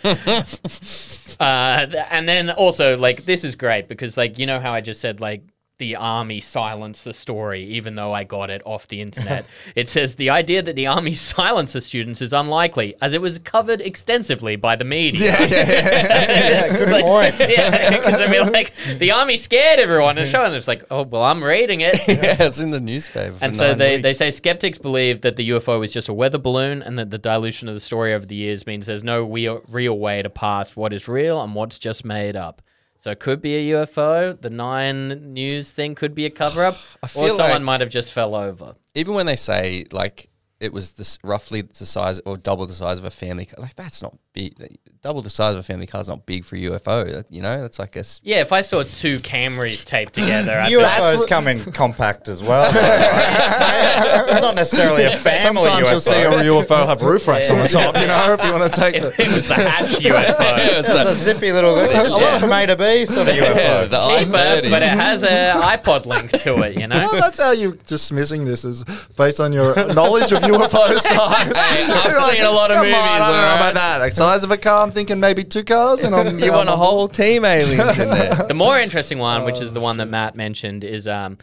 Speaker 1: Uh, th- and then also like this is great because like you know how I just said like the army silenced the story even though I got it off the <laughs> internet. it says the idea that the army <laughs> silenced the students is unlikely as it was covered extensively by the media. Yeah, <laughs> good point. because <laughs> I mean like the army scared everyone and showing them it's like oh well I'm reading <laughs> it.
Speaker 6: <laughs> yeah, it's in the newspaper. for
Speaker 1: And so
Speaker 6: nine
Speaker 1: they,
Speaker 6: weeks.
Speaker 1: they say skeptics believe that the UFO is just a weather balloon and that the dilution of the story over the years means there's no real, real way to pass what is real and what's just made up. So it could be a UFO. The Nine News thing could be a cover
Speaker 5: <sighs>
Speaker 1: up, or
Speaker 6: feel
Speaker 1: someone
Speaker 6: like-
Speaker 1: might have just fell over.
Speaker 6: Even when they say like it was this roughly the size or double the size of a family car, like that's not big. Double the size of a family car is not big for a UFO. that- You know, that's like a s-
Speaker 1: Yeah, if I saw two Camrys taped together, I'd be like,
Speaker 2: UFOs come in compact as
Speaker 5: <laughs>
Speaker 2: well. They're not necessarily a family
Speaker 5: Sometimes you'll see a
Speaker 2: UFO.
Speaker 5: UFO have roof racks on the top, you know, if you want to take the.
Speaker 1: <laughs> it was the hatch
Speaker 5: <laughs>
Speaker 1: UFO.
Speaker 2: It's a zippy little. I love from A to B. Sort of
Speaker 6: Yeah,
Speaker 2: UFO.
Speaker 6: Oh, the
Speaker 1: Cheaper,
Speaker 6: i30. <laughs>
Speaker 1: but it has an iPod link to it, you know?
Speaker 5: <laughs> Well, that's how you dismissing this is based on your knowledge of UFO size.
Speaker 1: <laughs> I've
Speaker 5: You're
Speaker 1: seen a lot of
Speaker 5: "Come on,
Speaker 1: movies,
Speaker 5: I don't know
Speaker 1: alright."
Speaker 5: about that. Like size of a car, I'm thinking maybe two cars, and I'm
Speaker 6: Um, you want a
Speaker 1: <laughs>
Speaker 6: whole team aliens in there.
Speaker 1: The more interesting one, which is the one that Matt mentioned, is um,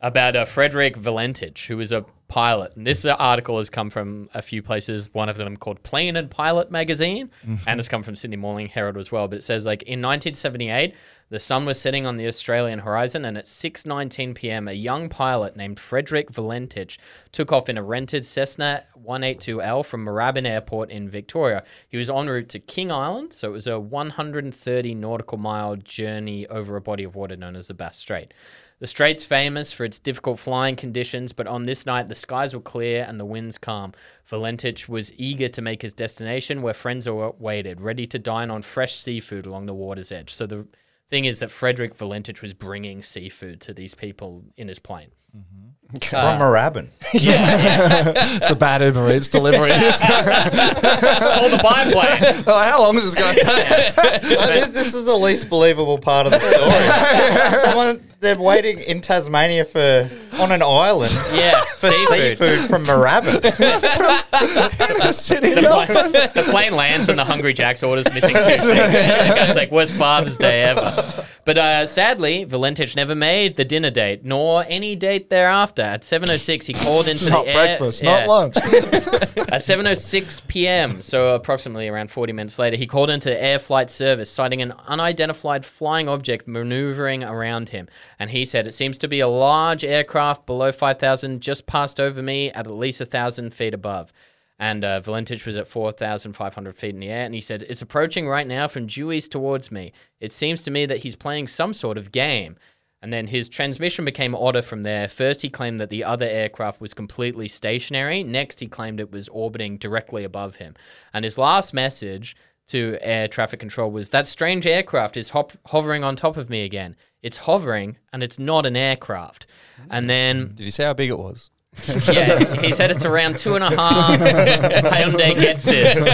Speaker 1: about uh, Frederick Valentich, who is a pilot. And this uh, article has come from a few places, one of them called Plane and Pilot magazine, and it's come from Sydney Morning Herald as well. But it says, like, in 1978, the sun was setting on the Australian horizon, and at 6.19 p.m., a young pilot named Frederick Valentich took off in a rented Cessna 182L from Moorabbin Airport in Victoria. He was en route to King Island, so it was a 130 nautical mile journey over a body of water known as the Bass Strait. The strait's famous for its difficult flying conditions, but on this night the skies were clear and the winds calm. Valentich was eager to make his destination where friends awa- waited, ready to dine on fresh seafood along the water's edge. So the thing is that Frederick Valentich was bringing seafood to these people in his plane.
Speaker 5: uh,
Speaker 2: From Moorabbin.
Speaker 5: It's a bad Uber Eats delivery.
Speaker 1: <laughs>
Speaker 5: It's going,
Speaker 1: Or the biplane.
Speaker 5: <laughs> oh, how long is this <laughs> going to take?
Speaker 2: this, this is the least believable part of the story. Someone they're waiting in Tasmania for on an island
Speaker 1: yeah.
Speaker 2: for seafood, from Moorabbin.
Speaker 1: The plane, the plane lands and the Hungry Jack's orders missing
Speaker 5: <laughs>
Speaker 1: two things. The guy's like, worst Father's Day ever. But uh, sadly, Valentich never made the dinner date, nor any date thereafter. At 7.06, he called into
Speaker 5: Not
Speaker 1: the air...
Speaker 5: breakfast,
Speaker 1: yeah.
Speaker 5: not lunch.
Speaker 1: At 7.06 p.m., so approximately around 40 minutes later, he called into air flight service, citing an unidentified flying object maneuvering around him. And he said, It seems to be a large aircraft below 5,000, just passed over me at at least 1,000 feet above. And uh, Valentich was at 4,500 feet in the air, and he said, It's approaching right now from due east towards me. It seems to me that he's playing some sort of game. And then his transmission became odder from there. First, he claimed that the other aircraft was completely stationary. Next, he claimed it was orbiting directly above him. And his last message to air traffic control was that strange aircraft is hop- hovering on top of me again. It's hovering and it's not an aircraft. And then,
Speaker 6: Did you say how big it was?
Speaker 1: <laughs> yeah, he said it's around two and a half. Hyundai gets this.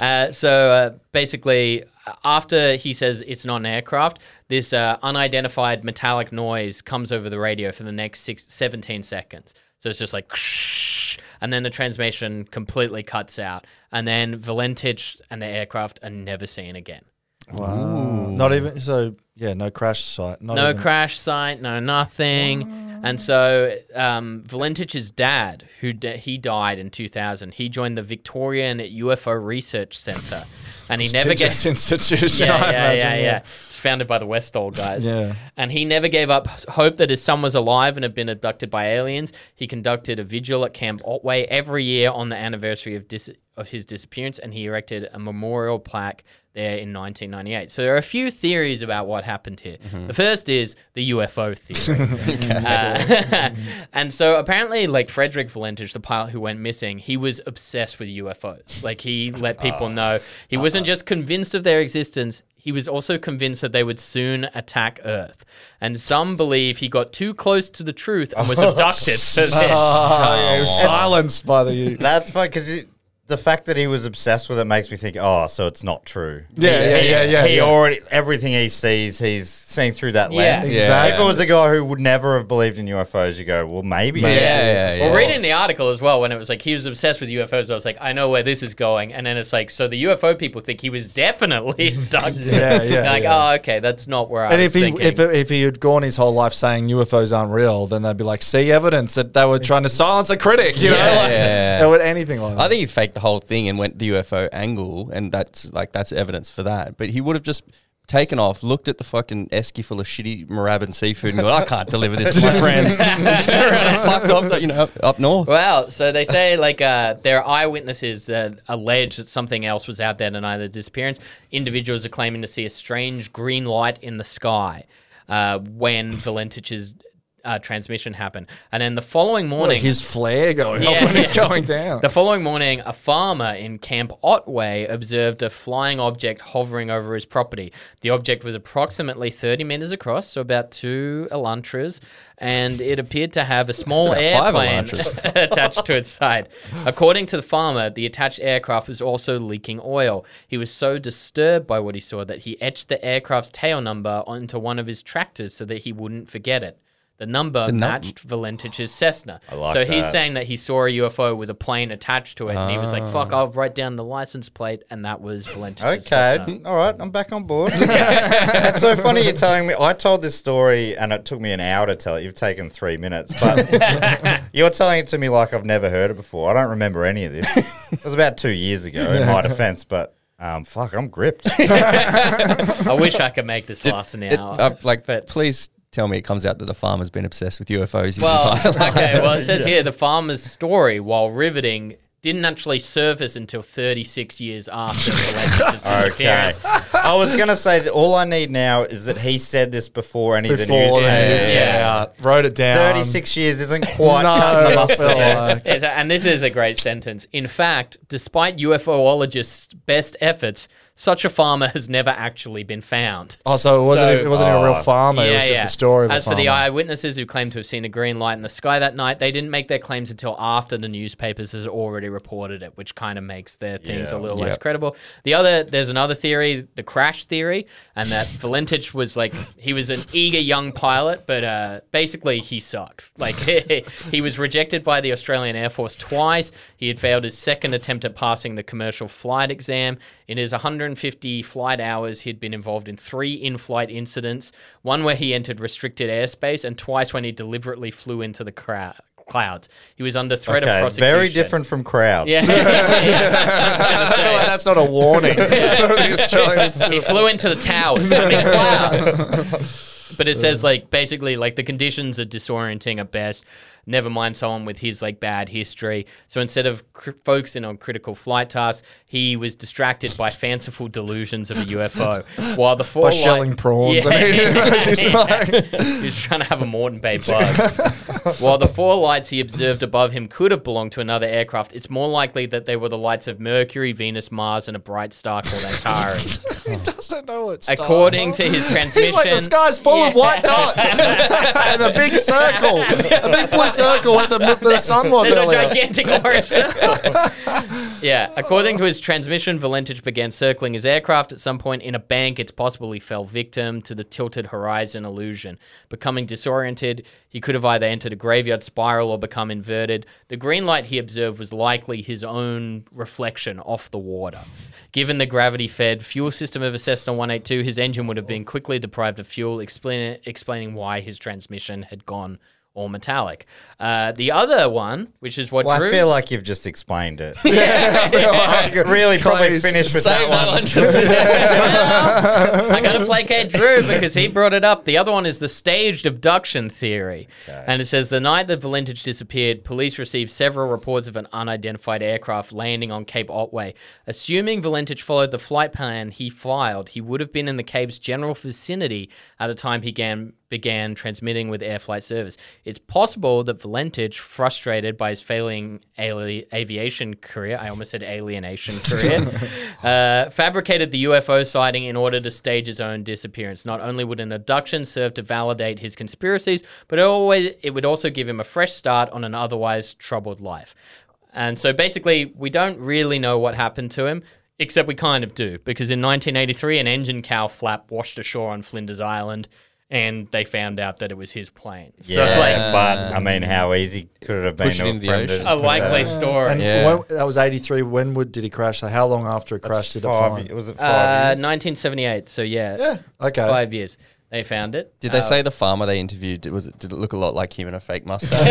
Speaker 1: Uh, so uh, basically, after he says it's not an aircraft, this uh, unidentified metallic noise comes over the radio for the next six, 17 seconds. So it's just like, and then the transmission completely cuts out. And then Valentich and the aircraft are never seen again.
Speaker 5: Wow. Not even so. Yeah, no crash site. Not
Speaker 1: no
Speaker 5: even,
Speaker 1: crash site, no nothing. And so um, Valentich's dad, who d he died in 2000, he joined the Victorian UFO Research Center, and he never
Speaker 5: Tigges
Speaker 1: gets.
Speaker 5: <laughs> institution.
Speaker 1: Yeah,
Speaker 5: I
Speaker 1: yeah,
Speaker 5: imagine,
Speaker 1: yeah, yeah. It's founded by the Westall guys.
Speaker 5: Yeah.
Speaker 1: And he never gave up s- hope that his son was alive and had been abducted by aliens. He conducted a vigil at Camp Otway every year on the anniversary of dis- of his disappearance, and he erected a memorial plaque there in 1998. So there are a few theories about what happened here.
Speaker 5: Mm-hmm.
Speaker 1: The first is the UFO theory. Uh, <laughs> and so apparently, like Frederick Valentich, the pilot who went missing, he was obsessed with UFOs. Like
Speaker 5: <laughs>
Speaker 1: he let people
Speaker 5: Ah.
Speaker 1: know he wasn't
Speaker 5: Uh-huh.
Speaker 1: just convinced of their existence. He was also convinced that they would soon attack Earth. And some believe he got too close to the truth
Speaker 5: <laughs>
Speaker 1: and was abducted. for this.
Speaker 5: Oh, yeah, he was silenced
Speaker 1: <laughs>
Speaker 5: by the. Yeah,
Speaker 2: That's fun because the fact that he was obsessed with it makes me think, oh, so it's not true.
Speaker 5: yeah,
Speaker 2: he,
Speaker 5: yeah, yeah.
Speaker 2: he
Speaker 5: yeah.
Speaker 2: already everything he sees, he's seeing through that lens.
Speaker 1: Yeah.
Speaker 5: Exactly.
Speaker 2: If it was a guy who would never have believed in UFOs, you go, well,
Speaker 1: <laughs>
Speaker 2: maybe.
Speaker 6: Yeah, yeah, yeah.
Speaker 1: Well, reading the article as well, when it was like he was obsessed with UFOs, I was like, I know where this is going. And then it's like, so the UFO people think he was definitely <laughs> abducted.
Speaker 5: Yeah,
Speaker 1: <laughs>
Speaker 5: yeah,
Speaker 1: like,
Speaker 5: yeah.
Speaker 1: oh, okay, that's not where I
Speaker 5: And
Speaker 1: was
Speaker 5: if he
Speaker 1: thinking.
Speaker 5: if, if he had gone his whole life saying UFOs aren't real, then they'd be like, see evidence that they were trying to silence a critic, you know?
Speaker 1: Yeah.
Speaker 5: Like,
Speaker 6: Yeah.
Speaker 5: They would anything like that.
Speaker 6: I think he faked the whole thing and went the UFO angle, and that's like that's evidence for that. But he would have just taken off, looked at the fucking esky full of shitty Moorabbin seafood and gone, I can't deliver this to my friends. <laughs> and turned around and fucked off, to, you know, up north.
Speaker 1: Wow. So they say like uh, there are eyewitnesses that allege that something else was out there tonight. The disappearance. Individuals are claiming to see a strange green light in the sky uh, when Valentich's uh, transmission happened, and then the following morning,
Speaker 5: His flare going off
Speaker 1: Yeah,
Speaker 5: when it's
Speaker 1: yeah.
Speaker 5: going down.
Speaker 1: the following morning, a farmer in Camp Otway observed a flying object hovering over his property. The object was approximately 30 meters across, so about two elantras, and it appeared to have a small
Speaker 6: about five
Speaker 1: airplane <laughs> attached to its side. According to the farmer, the attached aircraft was also leaking oil. He was so disturbed by what he saw that he etched the aircraft's tail number onto one of his tractors so that he wouldn't forget it. The number
Speaker 6: num-
Speaker 1: matched Valentich's Cessna.
Speaker 2: I like
Speaker 1: so he's
Speaker 2: that.
Speaker 1: saying that he saw a UFO with a plane attached to it, and he was like, "Fuck, I'll write down the license plate," and that was Valentich's Cessna.
Speaker 2: Okay, all right, I'm back on
Speaker 5: <laughs>
Speaker 2: board. That's so funny you're telling me. I told this story and it took me an hour to tell it. You've taken three minutes, but you're telling it to me like I've never heard it before. I don't remember any of
Speaker 5: <laughs>
Speaker 2: this. It was about two years ago, in my defense, but um, fuck, I'm
Speaker 5: <laughs>
Speaker 2: gripped.
Speaker 1: I wish I could make this last an
Speaker 6: It-
Speaker 1: hour.
Speaker 6: uh, like,
Speaker 1: but-
Speaker 6: please tell me it comes out that the farmer's been obsessed with UFOs. his <laughs>
Speaker 1: Well, <laughs>
Speaker 6: entire life.
Speaker 1: okay. Well, it says here the farmer's story, while riveting, didn't actually surface until 36 years after Valentich's
Speaker 2: Okay.
Speaker 1: disappearance.
Speaker 2: I was going to say that all I need now is that he said this before any of the news.
Speaker 5: Before
Speaker 1: Yeah,
Speaker 5: the
Speaker 1: yeah,
Speaker 5: news
Speaker 1: yeah.
Speaker 5: came out, wrote it down.
Speaker 2: 36 years isn't
Speaker 1: <laughs>
Speaker 2: quite
Speaker 5: <laughs> No,
Speaker 2: cutting
Speaker 5: I
Speaker 2: enough
Speaker 5: feel
Speaker 2: there.
Speaker 5: like
Speaker 1: It's a- and this is a great sentence. In fact, despite UFOologists' best efforts, such a farmer has never actually been found.
Speaker 5: Oh, so it wasn't
Speaker 1: So-
Speaker 5: it wasn't a real farmer. it was just a story. Of
Speaker 1: As
Speaker 5: a
Speaker 1: for the
Speaker 5: farmer.
Speaker 1: eyewitnesses who claimed to have seen a green light in the sky that night, they didn't make their claims until after the newspapers has already reported it, which kind of makes their things a little less credible. The other, there's another theory, the crash theory, and that Valentich was like he was an eager young pilot, but uh, basically he sucks. Like <laughs> he was rejected by the Australian Air Force twice. He had failed his second attempt at passing the commercial flight exam. In his 150 flight hours, he had been involved in three in flight incidents one where he entered restricted airspace, and twice when he deliberately flew into the cra- clouds. He was under threat of
Speaker 2: Okay,
Speaker 1: prosecution.
Speaker 2: very different from crowds. <laughs>
Speaker 1: Yeah. <laughs> I was
Speaker 5: I
Speaker 1: gonna
Speaker 5: feel
Speaker 1: say.
Speaker 5: like that's not a warning. For <laughs> the
Speaker 1: <laughs>
Speaker 5: Australians.
Speaker 1: he flew into the towers. I mean, clouds.
Speaker 5: <laughs>
Speaker 1: But it says like basically like the conditions are disorienting at best. Never mind someone with his like bad history. So instead of cr- focusing on critical flight tasks, he was distracted by fanciful delusions of a UFO. While the four
Speaker 5: By shelling prawns. I <laughs>
Speaker 1: <laughs>
Speaker 5: mean, it's like-
Speaker 1: He's trying to have a Morton Bay
Speaker 5: <laughs>
Speaker 1: bug. While the four lights he observed above him could have belonged to another aircraft, it's more likely that they were the lights of Mercury, Venus, Mars, and a bright star called Antares.
Speaker 5: he doesn't know it's.
Speaker 1: According to his transmission,
Speaker 5: <laughs> He's like, the sky's full of white
Speaker 1: <laughs>
Speaker 5: dots and a big circle, a big blue circle where the, the sun was
Speaker 1: There's a
Speaker 5: earlier.
Speaker 1: gigantic orange
Speaker 5: <laughs>
Speaker 1: circle. yeah. According to his transmission, Valentich began circling his aircraft at some point in a bank. It's possible he fell victim to the tilted horizon illusion. Becoming disoriented, he could have either entered a graveyard spiral or become inverted. The green light he observed was likely his own reflection off the water. Given the gravity fed fuel system of a Cessna 182, his engine would have been quickly deprived of fuel, explain, explaining why his transmission had gone all metallic. Uh, the other one, which is what
Speaker 2: Well,
Speaker 1: Drew.
Speaker 2: I feel like you've just explained it. <laughs> really, probably
Speaker 5: Please.
Speaker 2: finished with that
Speaker 6: Save
Speaker 2: one.
Speaker 6: that one till the
Speaker 1: I gotta placate Drew because he brought it up. The other one is the staged abduction theory, and it says the night that Valentich disappeared, police received several reports of an unidentified aircraft landing on Cape Otway. Assuming Valentich followed the flight plan he filed, he would have been in the Cape's general vicinity at the time he began began transmitting with air flight service. It's possible that Valentich, frustrated by his failing ali- aviation career, I almost said alienation career, uh, fabricated the UFO sighting in order to stage his own disappearance. Not only would an abduction serve to validate his conspiracies, but it always it would also give him a fresh start on an otherwise troubled life. And so basically, we don't really know what happened to him, except we kind of do, because in 1983, an engine cow flap washed ashore on Flinders Island, and they found out that it was his plane.
Speaker 2: Yeah,
Speaker 1: So, like,
Speaker 2: but I mean, how easy could it have been
Speaker 6: Push it
Speaker 2: to
Speaker 6: into the
Speaker 2: friend
Speaker 6: ocean.
Speaker 2: just
Speaker 1: a
Speaker 2: put
Speaker 1: likely
Speaker 2: that-
Speaker 1: story.
Speaker 5: And
Speaker 6: Yeah.
Speaker 5: when, that was 83. When would, did he crash? So how long after it crashed did it
Speaker 2: Five,
Speaker 5: find?
Speaker 2: was it five
Speaker 1: Uh,
Speaker 2: years?
Speaker 1: 1978, so yeah,
Speaker 5: Yeah, okay.
Speaker 1: five years. They found it.
Speaker 6: <laughs>
Speaker 1: <laughs>
Speaker 6: Did they
Speaker 1: Uh,
Speaker 6: say the farmer they interviewed was it, did it look a lot like him in a fake mustache?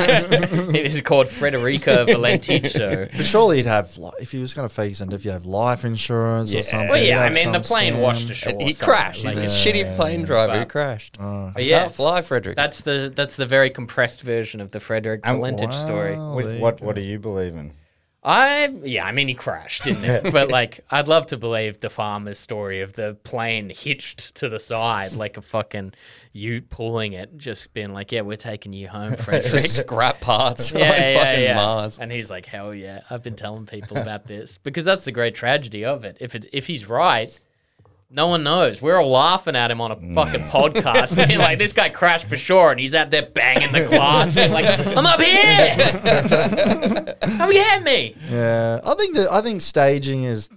Speaker 1: it is called <laughs> Frederica Valenticho?
Speaker 5: But surely he'd have, li- if he was going to fix it, if you have life insurance or something.
Speaker 1: Well, yeah,
Speaker 5: he'd
Speaker 1: I
Speaker 5: have
Speaker 1: mean, the
Speaker 5: some
Speaker 1: plane
Speaker 5: scam.
Speaker 1: washed ashore.
Speaker 6: <laughs> he
Speaker 1: or something,
Speaker 6: crashed.
Speaker 1: like,
Speaker 6: He's
Speaker 1: it's-
Speaker 6: a shitty plane driver who
Speaker 1: But-
Speaker 6: crashed.
Speaker 1: but
Speaker 6: yeah.
Speaker 1: yeah,
Speaker 6: Can't fly, Frederick.
Speaker 1: that's the that's the very compressed version of the Frederick
Speaker 2: And-
Speaker 1: Valentich story.
Speaker 5: Wow, there
Speaker 2: With
Speaker 5: you
Speaker 2: what
Speaker 5: go.
Speaker 2: what do you believe in?
Speaker 1: I yeah, I mean, he crashed, didn't it? but like, I'd love to believe the farmer's story of the plane hitched to the side like a fucking Ute pulling it, just being like, "Yeah, we're taking you home, Frederick." <laughs>
Speaker 6: Just scrap <laughs> parts on fucking Mars.
Speaker 1: And he's like, hell yeah, I've been telling people about this <laughs> because that's the great tragedy of it. If it, if he's right, no one knows. We're all laughing at him on
Speaker 6: Mm.
Speaker 1: a
Speaker 6: <laughs>
Speaker 1: fucking podcast, being like, this guy crashed for sure, and he's out there banging the glass, being like, I'm up here,
Speaker 6: <laughs>
Speaker 1: come get me.
Speaker 5: Yeah, I think that I think staging is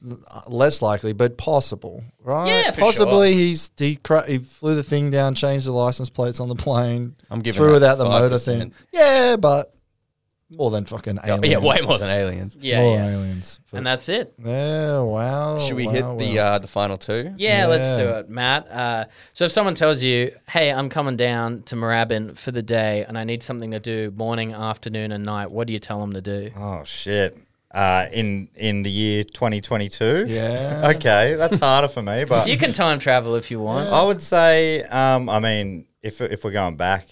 Speaker 5: less likely, but possible, right?
Speaker 1: Yeah, for
Speaker 5: possibly he's he, cra- he flew the thing down, changed the license plates on the plane.
Speaker 6: I'm giving
Speaker 5: through without
Speaker 6: that
Speaker 5: the motor
Speaker 6: 5%.
Speaker 5: thing. Yeah, but more than fucking aliens.
Speaker 6: Yeah, way more than aliens.
Speaker 1: Yeah,
Speaker 5: more
Speaker 1: yeah.
Speaker 5: aliens.
Speaker 1: and that's it.
Speaker 5: yeah, wow.
Speaker 2: Oh,
Speaker 6: Should we
Speaker 5: wow,
Speaker 6: hit
Speaker 5: wow.
Speaker 6: the uh, the final two?
Speaker 1: Yeah, let's do
Speaker 5: Yeah.
Speaker 1: it, Matt. Uh, so if someone tells you, "Hey, I'm coming down to Moorabbin for the day, and I need something to do morning, afternoon, and night," what do you tell them to do?
Speaker 2: Oh shit. Uh, in in the year 2022.
Speaker 6: <laughs>
Speaker 5: Yeah.
Speaker 2: Okay, that's harder for me, but
Speaker 1: You can time travel if you want.
Speaker 2: I would say, um, I mean, if if we're going back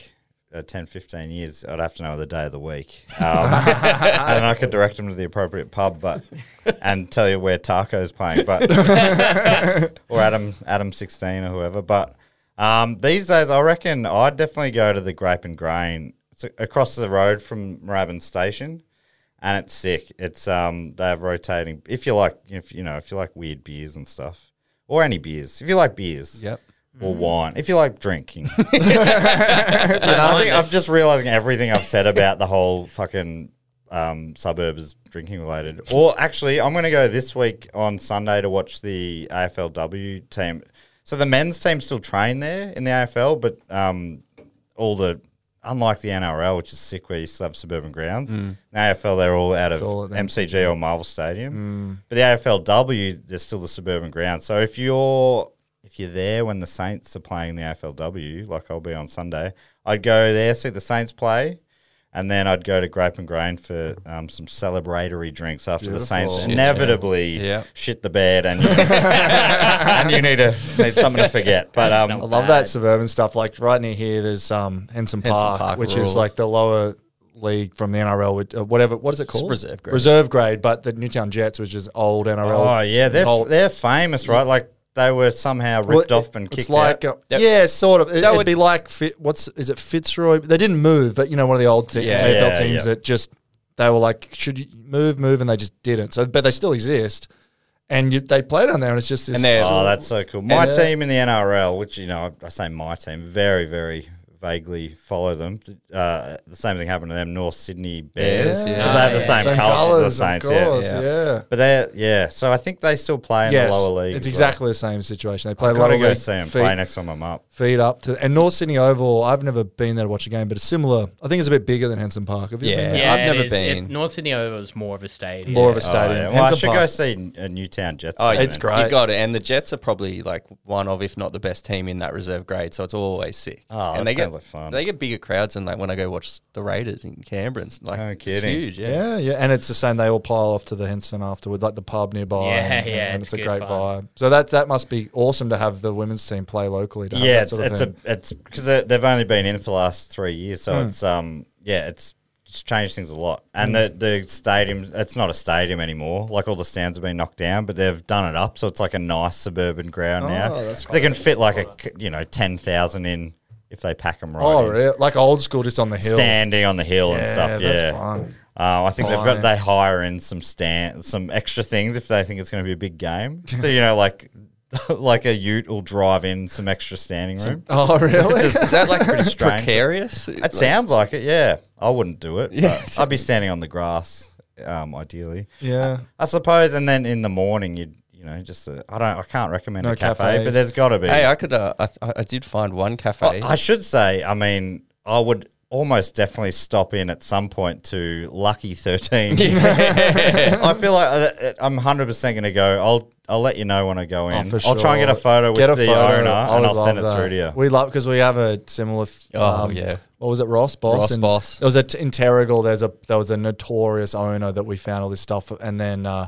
Speaker 2: uh, 10, 15 years, I'd have to know the day of the week, um, and I could direct them to the appropriate pub, but and tell you where Taco's playing, but or Adam Adam sixteen or whoever. But um, these days, I reckon I'd definitely go to the Grape and Grain. It's a- across the road from Moorabbin Station. And it's sick. It's um they have rotating. If you like, if you know, if you like weird beers and stuff, or any beers. If you like beers,
Speaker 6: Yep.
Speaker 2: or
Speaker 5: Mm.
Speaker 2: wine, if you like
Speaker 5: <laughs>
Speaker 2: drinking. And I think I'm just realizing everything I've said about the whole fucking um, suburb is drinking related. Or actually, I'm going to go this week on Sunday to watch the AFLW team. So the men's team still train there in the AFL, but um, all the unlike the NRL, which is sick, where you still have suburban grounds. The AFL, they're all out of
Speaker 5: Mm. all at Mm. them.
Speaker 2: MCG or Marvel Stadium. But the AFLW, there's still the suburban grounds. So if you're if you're there when the Saints are playing the AFLW, like I'll be on Sunday, I'd go there see the Saints play. And then I'd go to Grape and Grain for um, some celebratory drinks after the Saints
Speaker 5: Beautiful.
Speaker 2: inevitably
Speaker 6: Yeah.
Speaker 2: shit the bed,
Speaker 5: <laughs>
Speaker 2: and you, and you need to need something to forget. But um,
Speaker 5: I love that suburban stuff. Like right near here, there's um, Henson Park,
Speaker 6: Park
Speaker 5: which
Speaker 6: rules.
Speaker 5: is like the lower league from the NRL, with, uh, whatever. What is it called?
Speaker 6: reserve grade.
Speaker 5: Reserve grade, but the Newtown Jets, which is old NRL.
Speaker 2: Oh yeah, they're
Speaker 5: Malt.
Speaker 2: they're famous, right? Like they were somehow
Speaker 5: Well,
Speaker 2: ripped off and
Speaker 5: it's
Speaker 2: kicked
Speaker 5: like
Speaker 2: out.
Speaker 5: uh, yeah, sort of. It,
Speaker 6: That
Speaker 5: would
Speaker 6: would-
Speaker 5: be like Fit, what's is it Fitzroy? They didn't move, but you know one of the old te-
Speaker 6: Yeah.
Speaker 5: AFL
Speaker 2: Yeah,
Speaker 5: teams
Speaker 2: yeah.
Speaker 5: that just they were like, should you move, move, and they just didn't. So, but they still exist, and you, they play down there, and it's just this.
Speaker 6: And they're-
Speaker 2: oh, that's so cool. My
Speaker 5: And, uh,
Speaker 2: team in the NRL, which you know, I say my team, very very vaguely follow them. Uh, the same thing happened to them, North Sydney Bears, because
Speaker 6: Bears, yeah.
Speaker 2: they have the
Speaker 1: Ah,
Speaker 2: same, colours as the
Speaker 5: of
Speaker 2: Saints. yeah.
Speaker 5: course, yeah. yeah.
Speaker 2: But they, yeah. So I think they still play in
Speaker 5: Yes,
Speaker 2: the lower league. as
Speaker 5: it's
Speaker 2: well.
Speaker 5: exactly the same situation. They play
Speaker 2: Gotta
Speaker 5: lower
Speaker 2: go
Speaker 5: league
Speaker 2: see them
Speaker 5: feet,
Speaker 2: play next time I'm up.
Speaker 5: feet up to and North Sydney Oval. I've never been there to watch a game, but it's similar. I think it's a bit bigger than Henson Park. Have you been
Speaker 6: Yeah.
Speaker 5: there?
Speaker 1: Yeah,
Speaker 6: I've
Speaker 1: it
Speaker 6: never
Speaker 1: is. It-
Speaker 6: been.
Speaker 1: North Sydney Oval is more of a stadium.
Speaker 5: More of a
Speaker 2: Oh,
Speaker 5: stadium.
Speaker 2: yeah. Well, I
Speaker 5: Henson
Speaker 2: should
Speaker 5: Park.
Speaker 2: go see uh, Newtown Jets.
Speaker 6: Oh,
Speaker 2: play
Speaker 5: It's
Speaker 2: then.
Speaker 5: great.
Speaker 6: You got it. And the Jets are probably like one of, if not the best team in that reserve grade. So it's always sick.
Speaker 2: Oh,
Speaker 6: and
Speaker 2: that
Speaker 6: they get
Speaker 2: sounds like fun.
Speaker 6: they get bigger crowds than like when I go watch the Raiders in Canberra. It's like
Speaker 2: No
Speaker 6: it's
Speaker 2: kidding.
Speaker 6: huge. Yeah.
Speaker 5: Yeah, yeah, and it's the same. They all pile off to the Henson afterward, like the pub nearby.
Speaker 1: Yeah,
Speaker 5: and,
Speaker 1: yeah,
Speaker 5: and
Speaker 1: it's
Speaker 5: it's, a
Speaker 1: good
Speaker 5: great
Speaker 1: fun.
Speaker 5: vibe. So that that must be awesome to have the women's team play locally. To have
Speaker 2: Yeah,
Speaker 5: that
Speaker 2: it's
Speaker 5: sort of
Speaker 2: it's
Speaker 5: thing. Hmm.
Speaker 2: a it's because they've only been in for the last three years, so it's um yeah it's it's changed things a lot. And
Speaker 5: Hmm.
Speaker 2: the the stadium it's not a stadium anymore. Like all the stands have been knocked down, but they've done it up, so it's like a nice suburban ground now.
Speaker 5: Oh, that's
Speaker 2: they can fit like a c- you know ten thousand in if they pack them right.
Speaker 5: oh,
Speaker 2: in.
Speaker 5: really? like old school, just on the hill.
Speaker 2: Standing on the hill and
Speaker 5: Yeah,
Speaker 2: stuff. Yeah,
Speaker 5: that's fun.
Speaker 2: Uh, I think they've
Speaker 5: Fine.
Speaker 2: got they hire in some stand some extra things if they think it's going to be a big game. so you know, like <laughs> like a Ute will drive in some extra
Speaker 5: <laughs>
Speaker 2: standing room.
Speaker 5: Oh,
Speaker 6: <laughs>
Speaker 5: really?
Speaker 6: Is that like
Speaker 5: <laughs>
Speaker 6: pretty
Speaker 2: strange.
Speaker 6: precarious?
Speaker 2: It sounds like it, yeah. I wouldn't do it.
Speaker 6: Yeah,
Speaker 2: but I'd be standing on the grass, um, ideally.
Speaker 5: yeah.
Speaker 2: I suppose, and then in the morning, you'd, you know, just, uh, I I don't, I can't recommend
Speaker 5: No
Speaker 2: a cafe, but
Speaker 5: cafes.
Speaker 2: there's got to be. Oh,
Speaker 6: Hey, I could. Uh, I, I did find one cafe.
Speaker 2: I, I should say, I mean, I would almost definitely stop in at some point to Lucky 13.
Speaker 1: Yeah.
Speaker 2: <laughs> I feel like uh, I'm 100% going to go. I'll I'll let you know when I go in.
Speaker 5: Oh, for
Speaker 2: I'll try and get a photo with
Speaker 5: Get a
Speaker 2: the
Speaker 5: photo.
Speaker 2: owner
Speaker 5: I
Speaker 2: and
Speaker 5: would
Speaker 2: I'll send it
Speaker 5: love
Speaker 2: through to
Speaker 5: that.
Speaker 2: you.
Speaker 5: We love because we have a similar. th-
Speaker 6: Oh, yeah.
Speaker 5: What was it, Ross Boss?
Speaker 6: Ross
Speaker 5: And
Speaker 6: Boss.
Speaker 5: There was a t- in Terrigal. There's a there was a notorious owner that we found all this stuff, and then uh,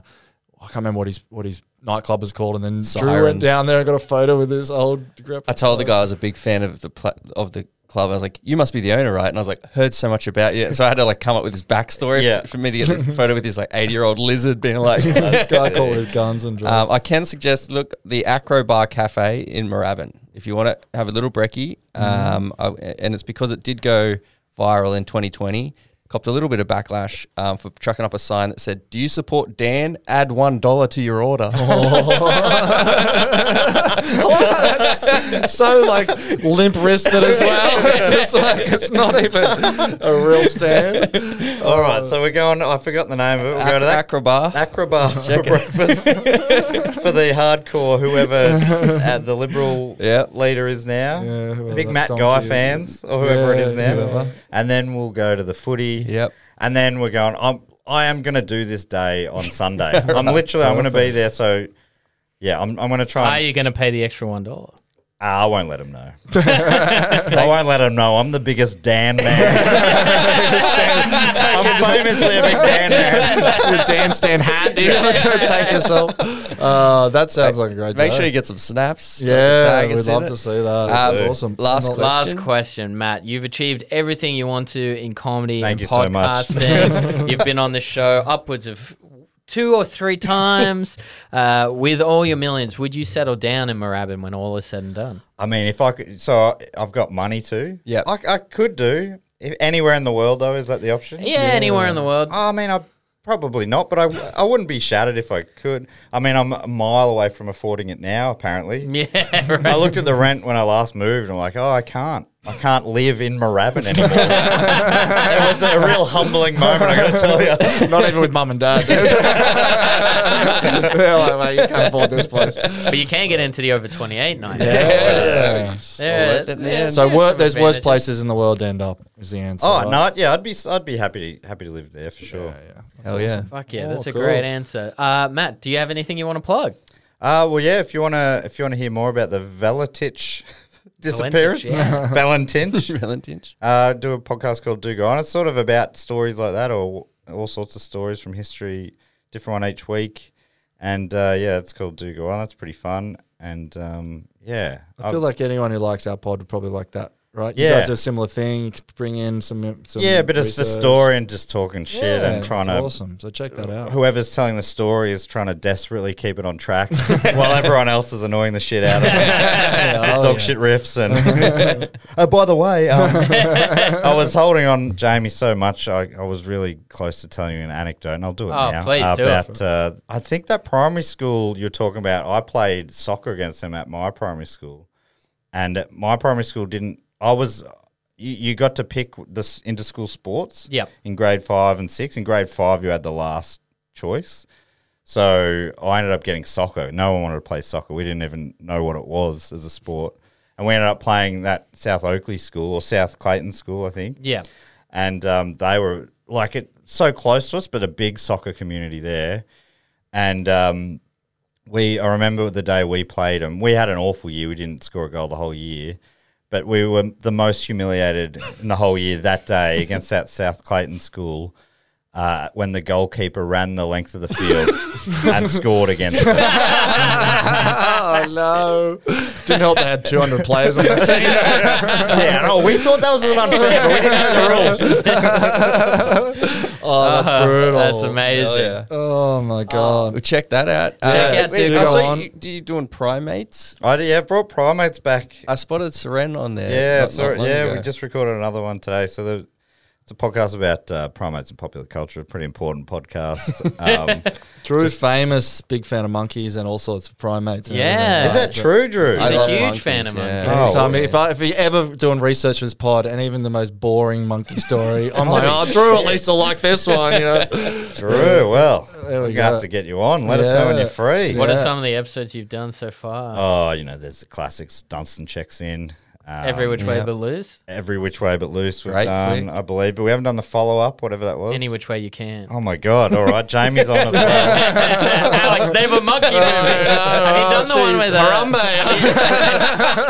Speaker 5: I can't remember what his what his nightclub was called, and then Drew went
Speaker 6: Sirens.
Speaker 5: down there and got a photo with his old. decrepit
Speaker 6: I told the
Speaker 5: photo.
Speaker 6: guy I was a big fan of the pla- of the club. I was like, "You must be the owner, right?" And I was like, "Heard so much about you." So I had to like come up with his backstory
Speaker 2: Yeah.
Speaker 6: for me to get the photo with his like eighty year old lizard being
Speaker 2: <laughs>
Speaker 5: <laughs>
Speaker 6: like.
Speaker 5: this guy called with guns and drugs.
Speaker 6: um, I can suggest look the Acro Bar Cafe in Moorabbin if you want to have a little brekkie.
Speaker 5: Mm.
Speaker 6: Um, I- and it's because it did go viral in 2020. Copped a little bit of backlash um, for chucking up a sign that said, "Do you support Dan? Add one dollar to your order."
Speaker 5: <laughs> <laughs>
Speaker 6: <laughs>
Speaker 5: so like limp wristed
Speaker 2: <laughs>
Speaker 5: as well. It's just like it's not even a real stand.
Speaker 2: All
Speaker 5: uh,
Speaker 2: right, so we're going. I forgot the name of it. We'll go to that.
Speaker 6: Acrobar.
Speaker 2: Acrobar for
Speaker 5: <laughs>
Speaker 2: breakfast for the hardcore whoever uh, the liberal
Speaker 6: Yeah.
Speaker 2: leader is now,
Speaker 5: Yeah, whoever
Speaker 2: big
Speaker 5: that
Speaker 2: Matt
Speaker 5: donkey
Speaker 2: Guy
Speaker 5: is.
Speaker 2: fans or whoever it
Speaker 5: Yeah,
Speaker 2: is now,
Speaker 5: whoever.
Speaker 2: and then we'll go to the footy.
Speaker 6: Yep.
Speaker 2: and then we're going. I'm I am going to do this day on Sunday.
Speaker 5: <laughs>
Speaker 2: I'm literally I'm going to be there. So yeah, I'm I'm going to try.
Speaker 1: Are
Speaker 2: And,
Speaker 1: you going to pay the extra one dollar?
Speaker 2: Ah, I won't let him
Speaker 5: <laughs>
Speaker 2: know. I won't let him know. I'm the biggest Dan
Speaker 5: <laughs>
Speaker 2: man. I'm famously a big Dan man.
Speaker 5: <laughs> Your Dan stand hat. You're gonna go take yourself. Uh, that sounds like a great.
Speaker 6: Make
Speaker 5: day.
Speaker 6: sure you get some snaps. fucking
Speaker 5: Yeah,
Speaker 6: tag
Speaker 5: we'd
Speaker 6: us in
Speaker 5: love
Speaker 6: it. <laughs>
Speaker 5: to see that. That's
Speaker 2: dude.
Speaker 5: awesome.
Speaker 6: Last
Speaker 5: Not-
Speaker 6: class.
Speaker 1: Last
Speaker 6: Question?
Speaker 1: question, Matt. You've achieved everything you want to in comedy
Speaker 2: Thank
Speaker 1: and
Speaker 2: you so much.
Speaker 1: podcasting.
Speaker 2: <laughs>
Speaker 1: You've been on the show upwards of two or three
Speaker 2: <laughs>
Speaker 1: times. uh, with all your millions, would you settle down in Moorabbin when all is said and done?
Speaker 2: I mean, if I could, so I- I've got money too.
Speaker 6: Yep.
Speaker 2: I, I could do if anywhere in the world though. Is that the option?
Speaker 1: Yeah, anywhere in the world. <laughs>
Speaker 2: I mean, I probably not, but I, I wouldn't be shattered if I could. I mean, I'm a mile away from affording it now. Apparently,
Speaker 1: <laughs> Yeah, right.
Speaker 2: I looked at the rent when I last moved. and I'm like, oh, I can't. I can't live in
Speaker 1: <laughs>
Speaker 2: Moorabbin anymore. it was a real humbling moment. I got to <laughs> tell you.
Speaker 5: Not even with mum and dad. They're like, mate, you can't afford this place.
Speaker 1: but you can get into the over twenty eight night.
Speaker 5: Yeah.
Speaker 1: Yeah,
Speaker 6: Solid.
Speaker 1: yeah,
Speaker 5: So
Speaker 1: yeah,
Speaker 5: wor-
Speaker 1: some
Speaker 5: there's worse
Speaker 1: advantages.
Speaker 5: places in the world to end up is the answer.
Speaker 2: Oh
Speaker 5: right?
Speaker 2: no, yeah, I'd be, I'd be happy, happy to live there for sure.
Speaker 5: Hell yeah.
Speaker 1: Fuck yeah, that's
Speaker 5: Oh,
Speaker 1: a
Speaker 5: cool.
Speaker 1: great answer. Uh, Matt, do you have anything you want to plug?
Speaker 2: Uh, well, yeah. If you wanna, if you wanna hear more about the Veletich <laughs> disappearance, <laughs>
Speaker 1: yeah.
Speaker 2: Valentich,
Speaker 6: Valentinch.
Speaker 2: uh, do a podcast called Do Go On. It's sort of about stories like that, or all sorts of stories from history, different one each week. And uh, yeah, it's called Do Go On. That's pretty fun. And um, yeah,
Speaker 5: I feel like anyone who likes our pod would probably like that, right? You
Speaker 2: Yeah.
Speaker 5: guys do a similar thing. Bring in some. some
Speaker 2: yeah, but it's the
Speaker 5: research.
Speaker 2: story and just talking shit
Speaker 5: Yeah,
Speaker 2: and trying
Speaker 5: that's
Speaker 2: to
Speaker 5: awesome. So check that
Speaker 2: <laughs>
Speaker 5: out.
Speaker 2: whoever's telling the story is trying to desperately keep it on track <laughs> while everyone else is annoying the shit out of
Speaker 5: Yeah,
Speaker 2: it.
Speaker 5: oh,
Speaker 2: Dog
Speaker 5: yeah.
Speaker 2: shit riffs and. <laughs> oh, by the way, um,
Speaker 1: <laughs>
Speaker 2: I was holding on Jamie so much. I, I was really close to telling you an anecdote, and I'll do it
Speaker 1: Oh,
Speaker 2: now.
Speaker 1: please do it.
Speaker 2: about, Uh, I think that primary school you're talking about. I played soccer against them at my primary school, and at my primary school didn't. I was. You, you got to pick this inter school sports
Speaker 1: Yep.
Speaker 2: in grade five and six. In grade five, you had the last choice. So I ended up getting soccer. No one wanted to play soccer. We didn't even know what it was as a sport. And we ended up playing that South Oakley school or South Clayton school, I think
Speaker 1: Yeah.
Speaker 2: and um, they were like it so close to us, but a big soccer community there. And um, we, I remember the day we played them. We had an awful year. We didn't score a goal the whole year, but we were the most humiliated in the whole year that day against that South Clayton school. Uh, when the goalkeeper ran the length of the field and scored against us.
Speaker 5: oh no! Didn't help. They had 200 players on that team.
Speaker 2: yeah, no, we thought that was an unfair, but we didn't know the rules.
Speaker 1: <laughs>
Speaker 5: Oh, that's brutal.
Speaker 1: That's amazing.
Speaker 5: Oh my god.
Speaker 6: Well, check that out.
Speaker 1: Check out
Speaker 6: wait,
Speaker 1: Do
Speaker 6: I
Speaker 1: Go
Speaker 6: saw
Speaker 5: On.
Speaker 6: You, do you doing primates?
Speaker 2: I did, yeah, brought primates back
Speaker 6: I spotted Seren on there.
Speaker 2: Yeah,
Speaker 6: not-
Speaker 2: sorry.
Speaker 6: not long
Speaker 2: yeah,
Speaker 6: ago.
Speaker 2: we just recorded another one today. So the, it's a podcast about uh, primates and popular culture. A pretty important podcast. Um,
Speaker 5: Drew's famous, big fan of monkeys and all sorts of primates. And
Speaker 1: Yeah.
Speaker 2: is that true, Drew?
Speaker 1: He's
Speaker 6: I
Speaker 1: a
Speaker 6: love
Speaker 1: huge
Speaker 6: monkeys,
Speaker 1: fan of
Speaker 5: <laughs>
Speaker 6: yeah.
Speaker 1: monkeys.
Speaker 5: everything. Anytime
Speaker 2: Oh,
Speaker 5: if I, if he ever doing research for this pod and even the most boring monkey <laughs> story, I'm like, oh, Drew at least will like this one. You know,
Speaker 2: Drew, well,
Speaker 5: we
Speaker 2: we're gonna
Speaker 5: go.
Speaker 2: have to get you on. Let us know when
Speaker 5: Yeah.
Speaker 2: you're free.
Speaker 1: What
Speaker 5: Yeah.
Speaker 1: are some of the episodes you've done so far?
Speaker 2: Oh, you know, there's the classics. Dunstan checks in. Um,
Speaker 1: Every which way
Speaker 6: yeah.
Speaker 1: but loose.
Speaker 2: every which way but loose we've
Speaker 6: Great
Speaker 2: done,
Speaker 6: flick.
Speaker 2: I believe, but we haven't done the follow up, whatever that was.
Speaker 1: Any which way you can.
Speaker 2: Oh my god! All right, Jamie's on as well.
Speaker 1: Alex, they've a
Speaker 5: Oh,
Speaker 1: monkey. Have you done the one with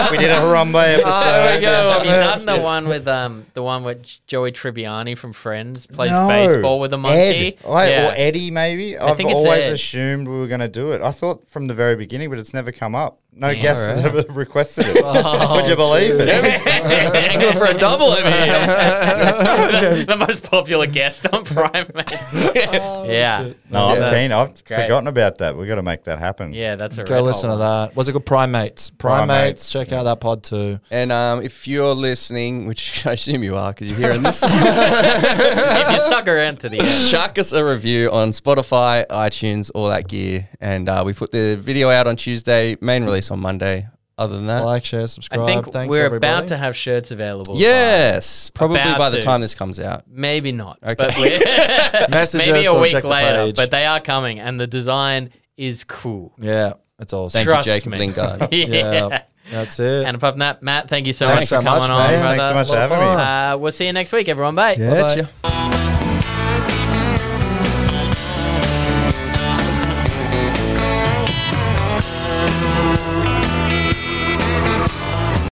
Speaker 1: the
Speaker 2: We did a
Speaker 1: <laughs> Oh,
Speaker 2: Harambe episode.
Speaker 6: there we go.
Speaker 1: Have you done the one with um the one where J- Joey Tribbiani from Friends plays baseball with a monkey?
Speaker 2: Ed. I-
Speaker 1: Yeah.
Speaker 2: Or Eddie, maybe. I've
Speaker 1: think it's
Speaker 2: always
Speaker 1: Ed.
Speaker 2: assumed we were going to do it. I thought from the very beginning, but it's never come up. No guest has ever <laughs> requested it.
Speaker 1: Oh,
Speaker 2: Would you believe
Speaker 5: <laughs>
Speaker 2: it?
Speaker 6: I'm going for a
Speaker 2: <laughs>
Speaker 6: double over here.
Speaker 1: <laughs> the most popular guest on Primates.
Speaker 5: Oh.
Speaker 1: yeah.
Speaker 2: No,
Speaker 1: Yeah.
Speaker 2: I'm keen. I've
Speaker 1: Great.
Speaker 2: forgotten about that. We've got to make that happen.
Speaker 1: Yeah, that's a
Speaker 5: Go
Speaker 1: red
Speaker 5: listen
Speaker 1: hot
Speaker 5: to that. What's it called? Primates. Primates.
Speaker 2: Primates,
Speaker 5: Check out that pod too.
Speaker 6: And um, if you're listening, which <laughs> I assume you are because you're
Speaker 2: <laughs>
Speaker 6: hearing this,
Speaker 1: one. if you stuck around to the end.
Speaker 6: chuck us a review on Spotify, iTunes, all that gear. And uh, we put the video out on Tuesday, main release on Monday. Other than that,
Speaker 5: Like, share,
Speaker 1: I
Speaker 5: subscribe.
Speaker 1: think
Speaker 5: Thanks,
Speaker 1: we're
Speaker 5: everybody.
Speaker 1: about to have shirts available.
Speaker 6: yes, probably
Speaker 1: About
Speaker 6: by the
Speaker 1: to.
Speaker 6: time this comes out.
Speaker 1: Maybe not.
Speaker 6: Okay.
Speaker 1: But
Speaker 5: <laughs>
Speaker 1: we-
Speaker 5: Message
Speaker 1: maybe
Speaker 5: us
Speaker 1: a
Speaker 5: or
Speaker 1: week
Speaker 5: check the
Speaker 1: later.
Speaker 5: page.
Speaker 1: But they are coming and the design is cool. <laughs>
Speaker 5: Yeah, that's awesome.
Speaker 6: Thank
Speaker 1: Trust
Speaker 6: you, Jacob
Speaker 1: me.
Speaker 6: Lingard.
Speaker 1: <laughs>
Speaker 5: yeah. that's it.
Speaker 1: And apart from that, Matt, thank you so
Speaker 5: Thanks
Speaker 1: much for
Speaker 5: so much,
Speaker 1: coming on.
Speaker 5: man.
Speaker 2: Thanks so
Speaker 1: brother.
Speaker 2: much for having me.
Speaker 1: Uh, we'll see you next week, everyone. Bye.
Speaker 5: Yeah,
Speaker 6: Bye-bye.
Speaker 5: cheers.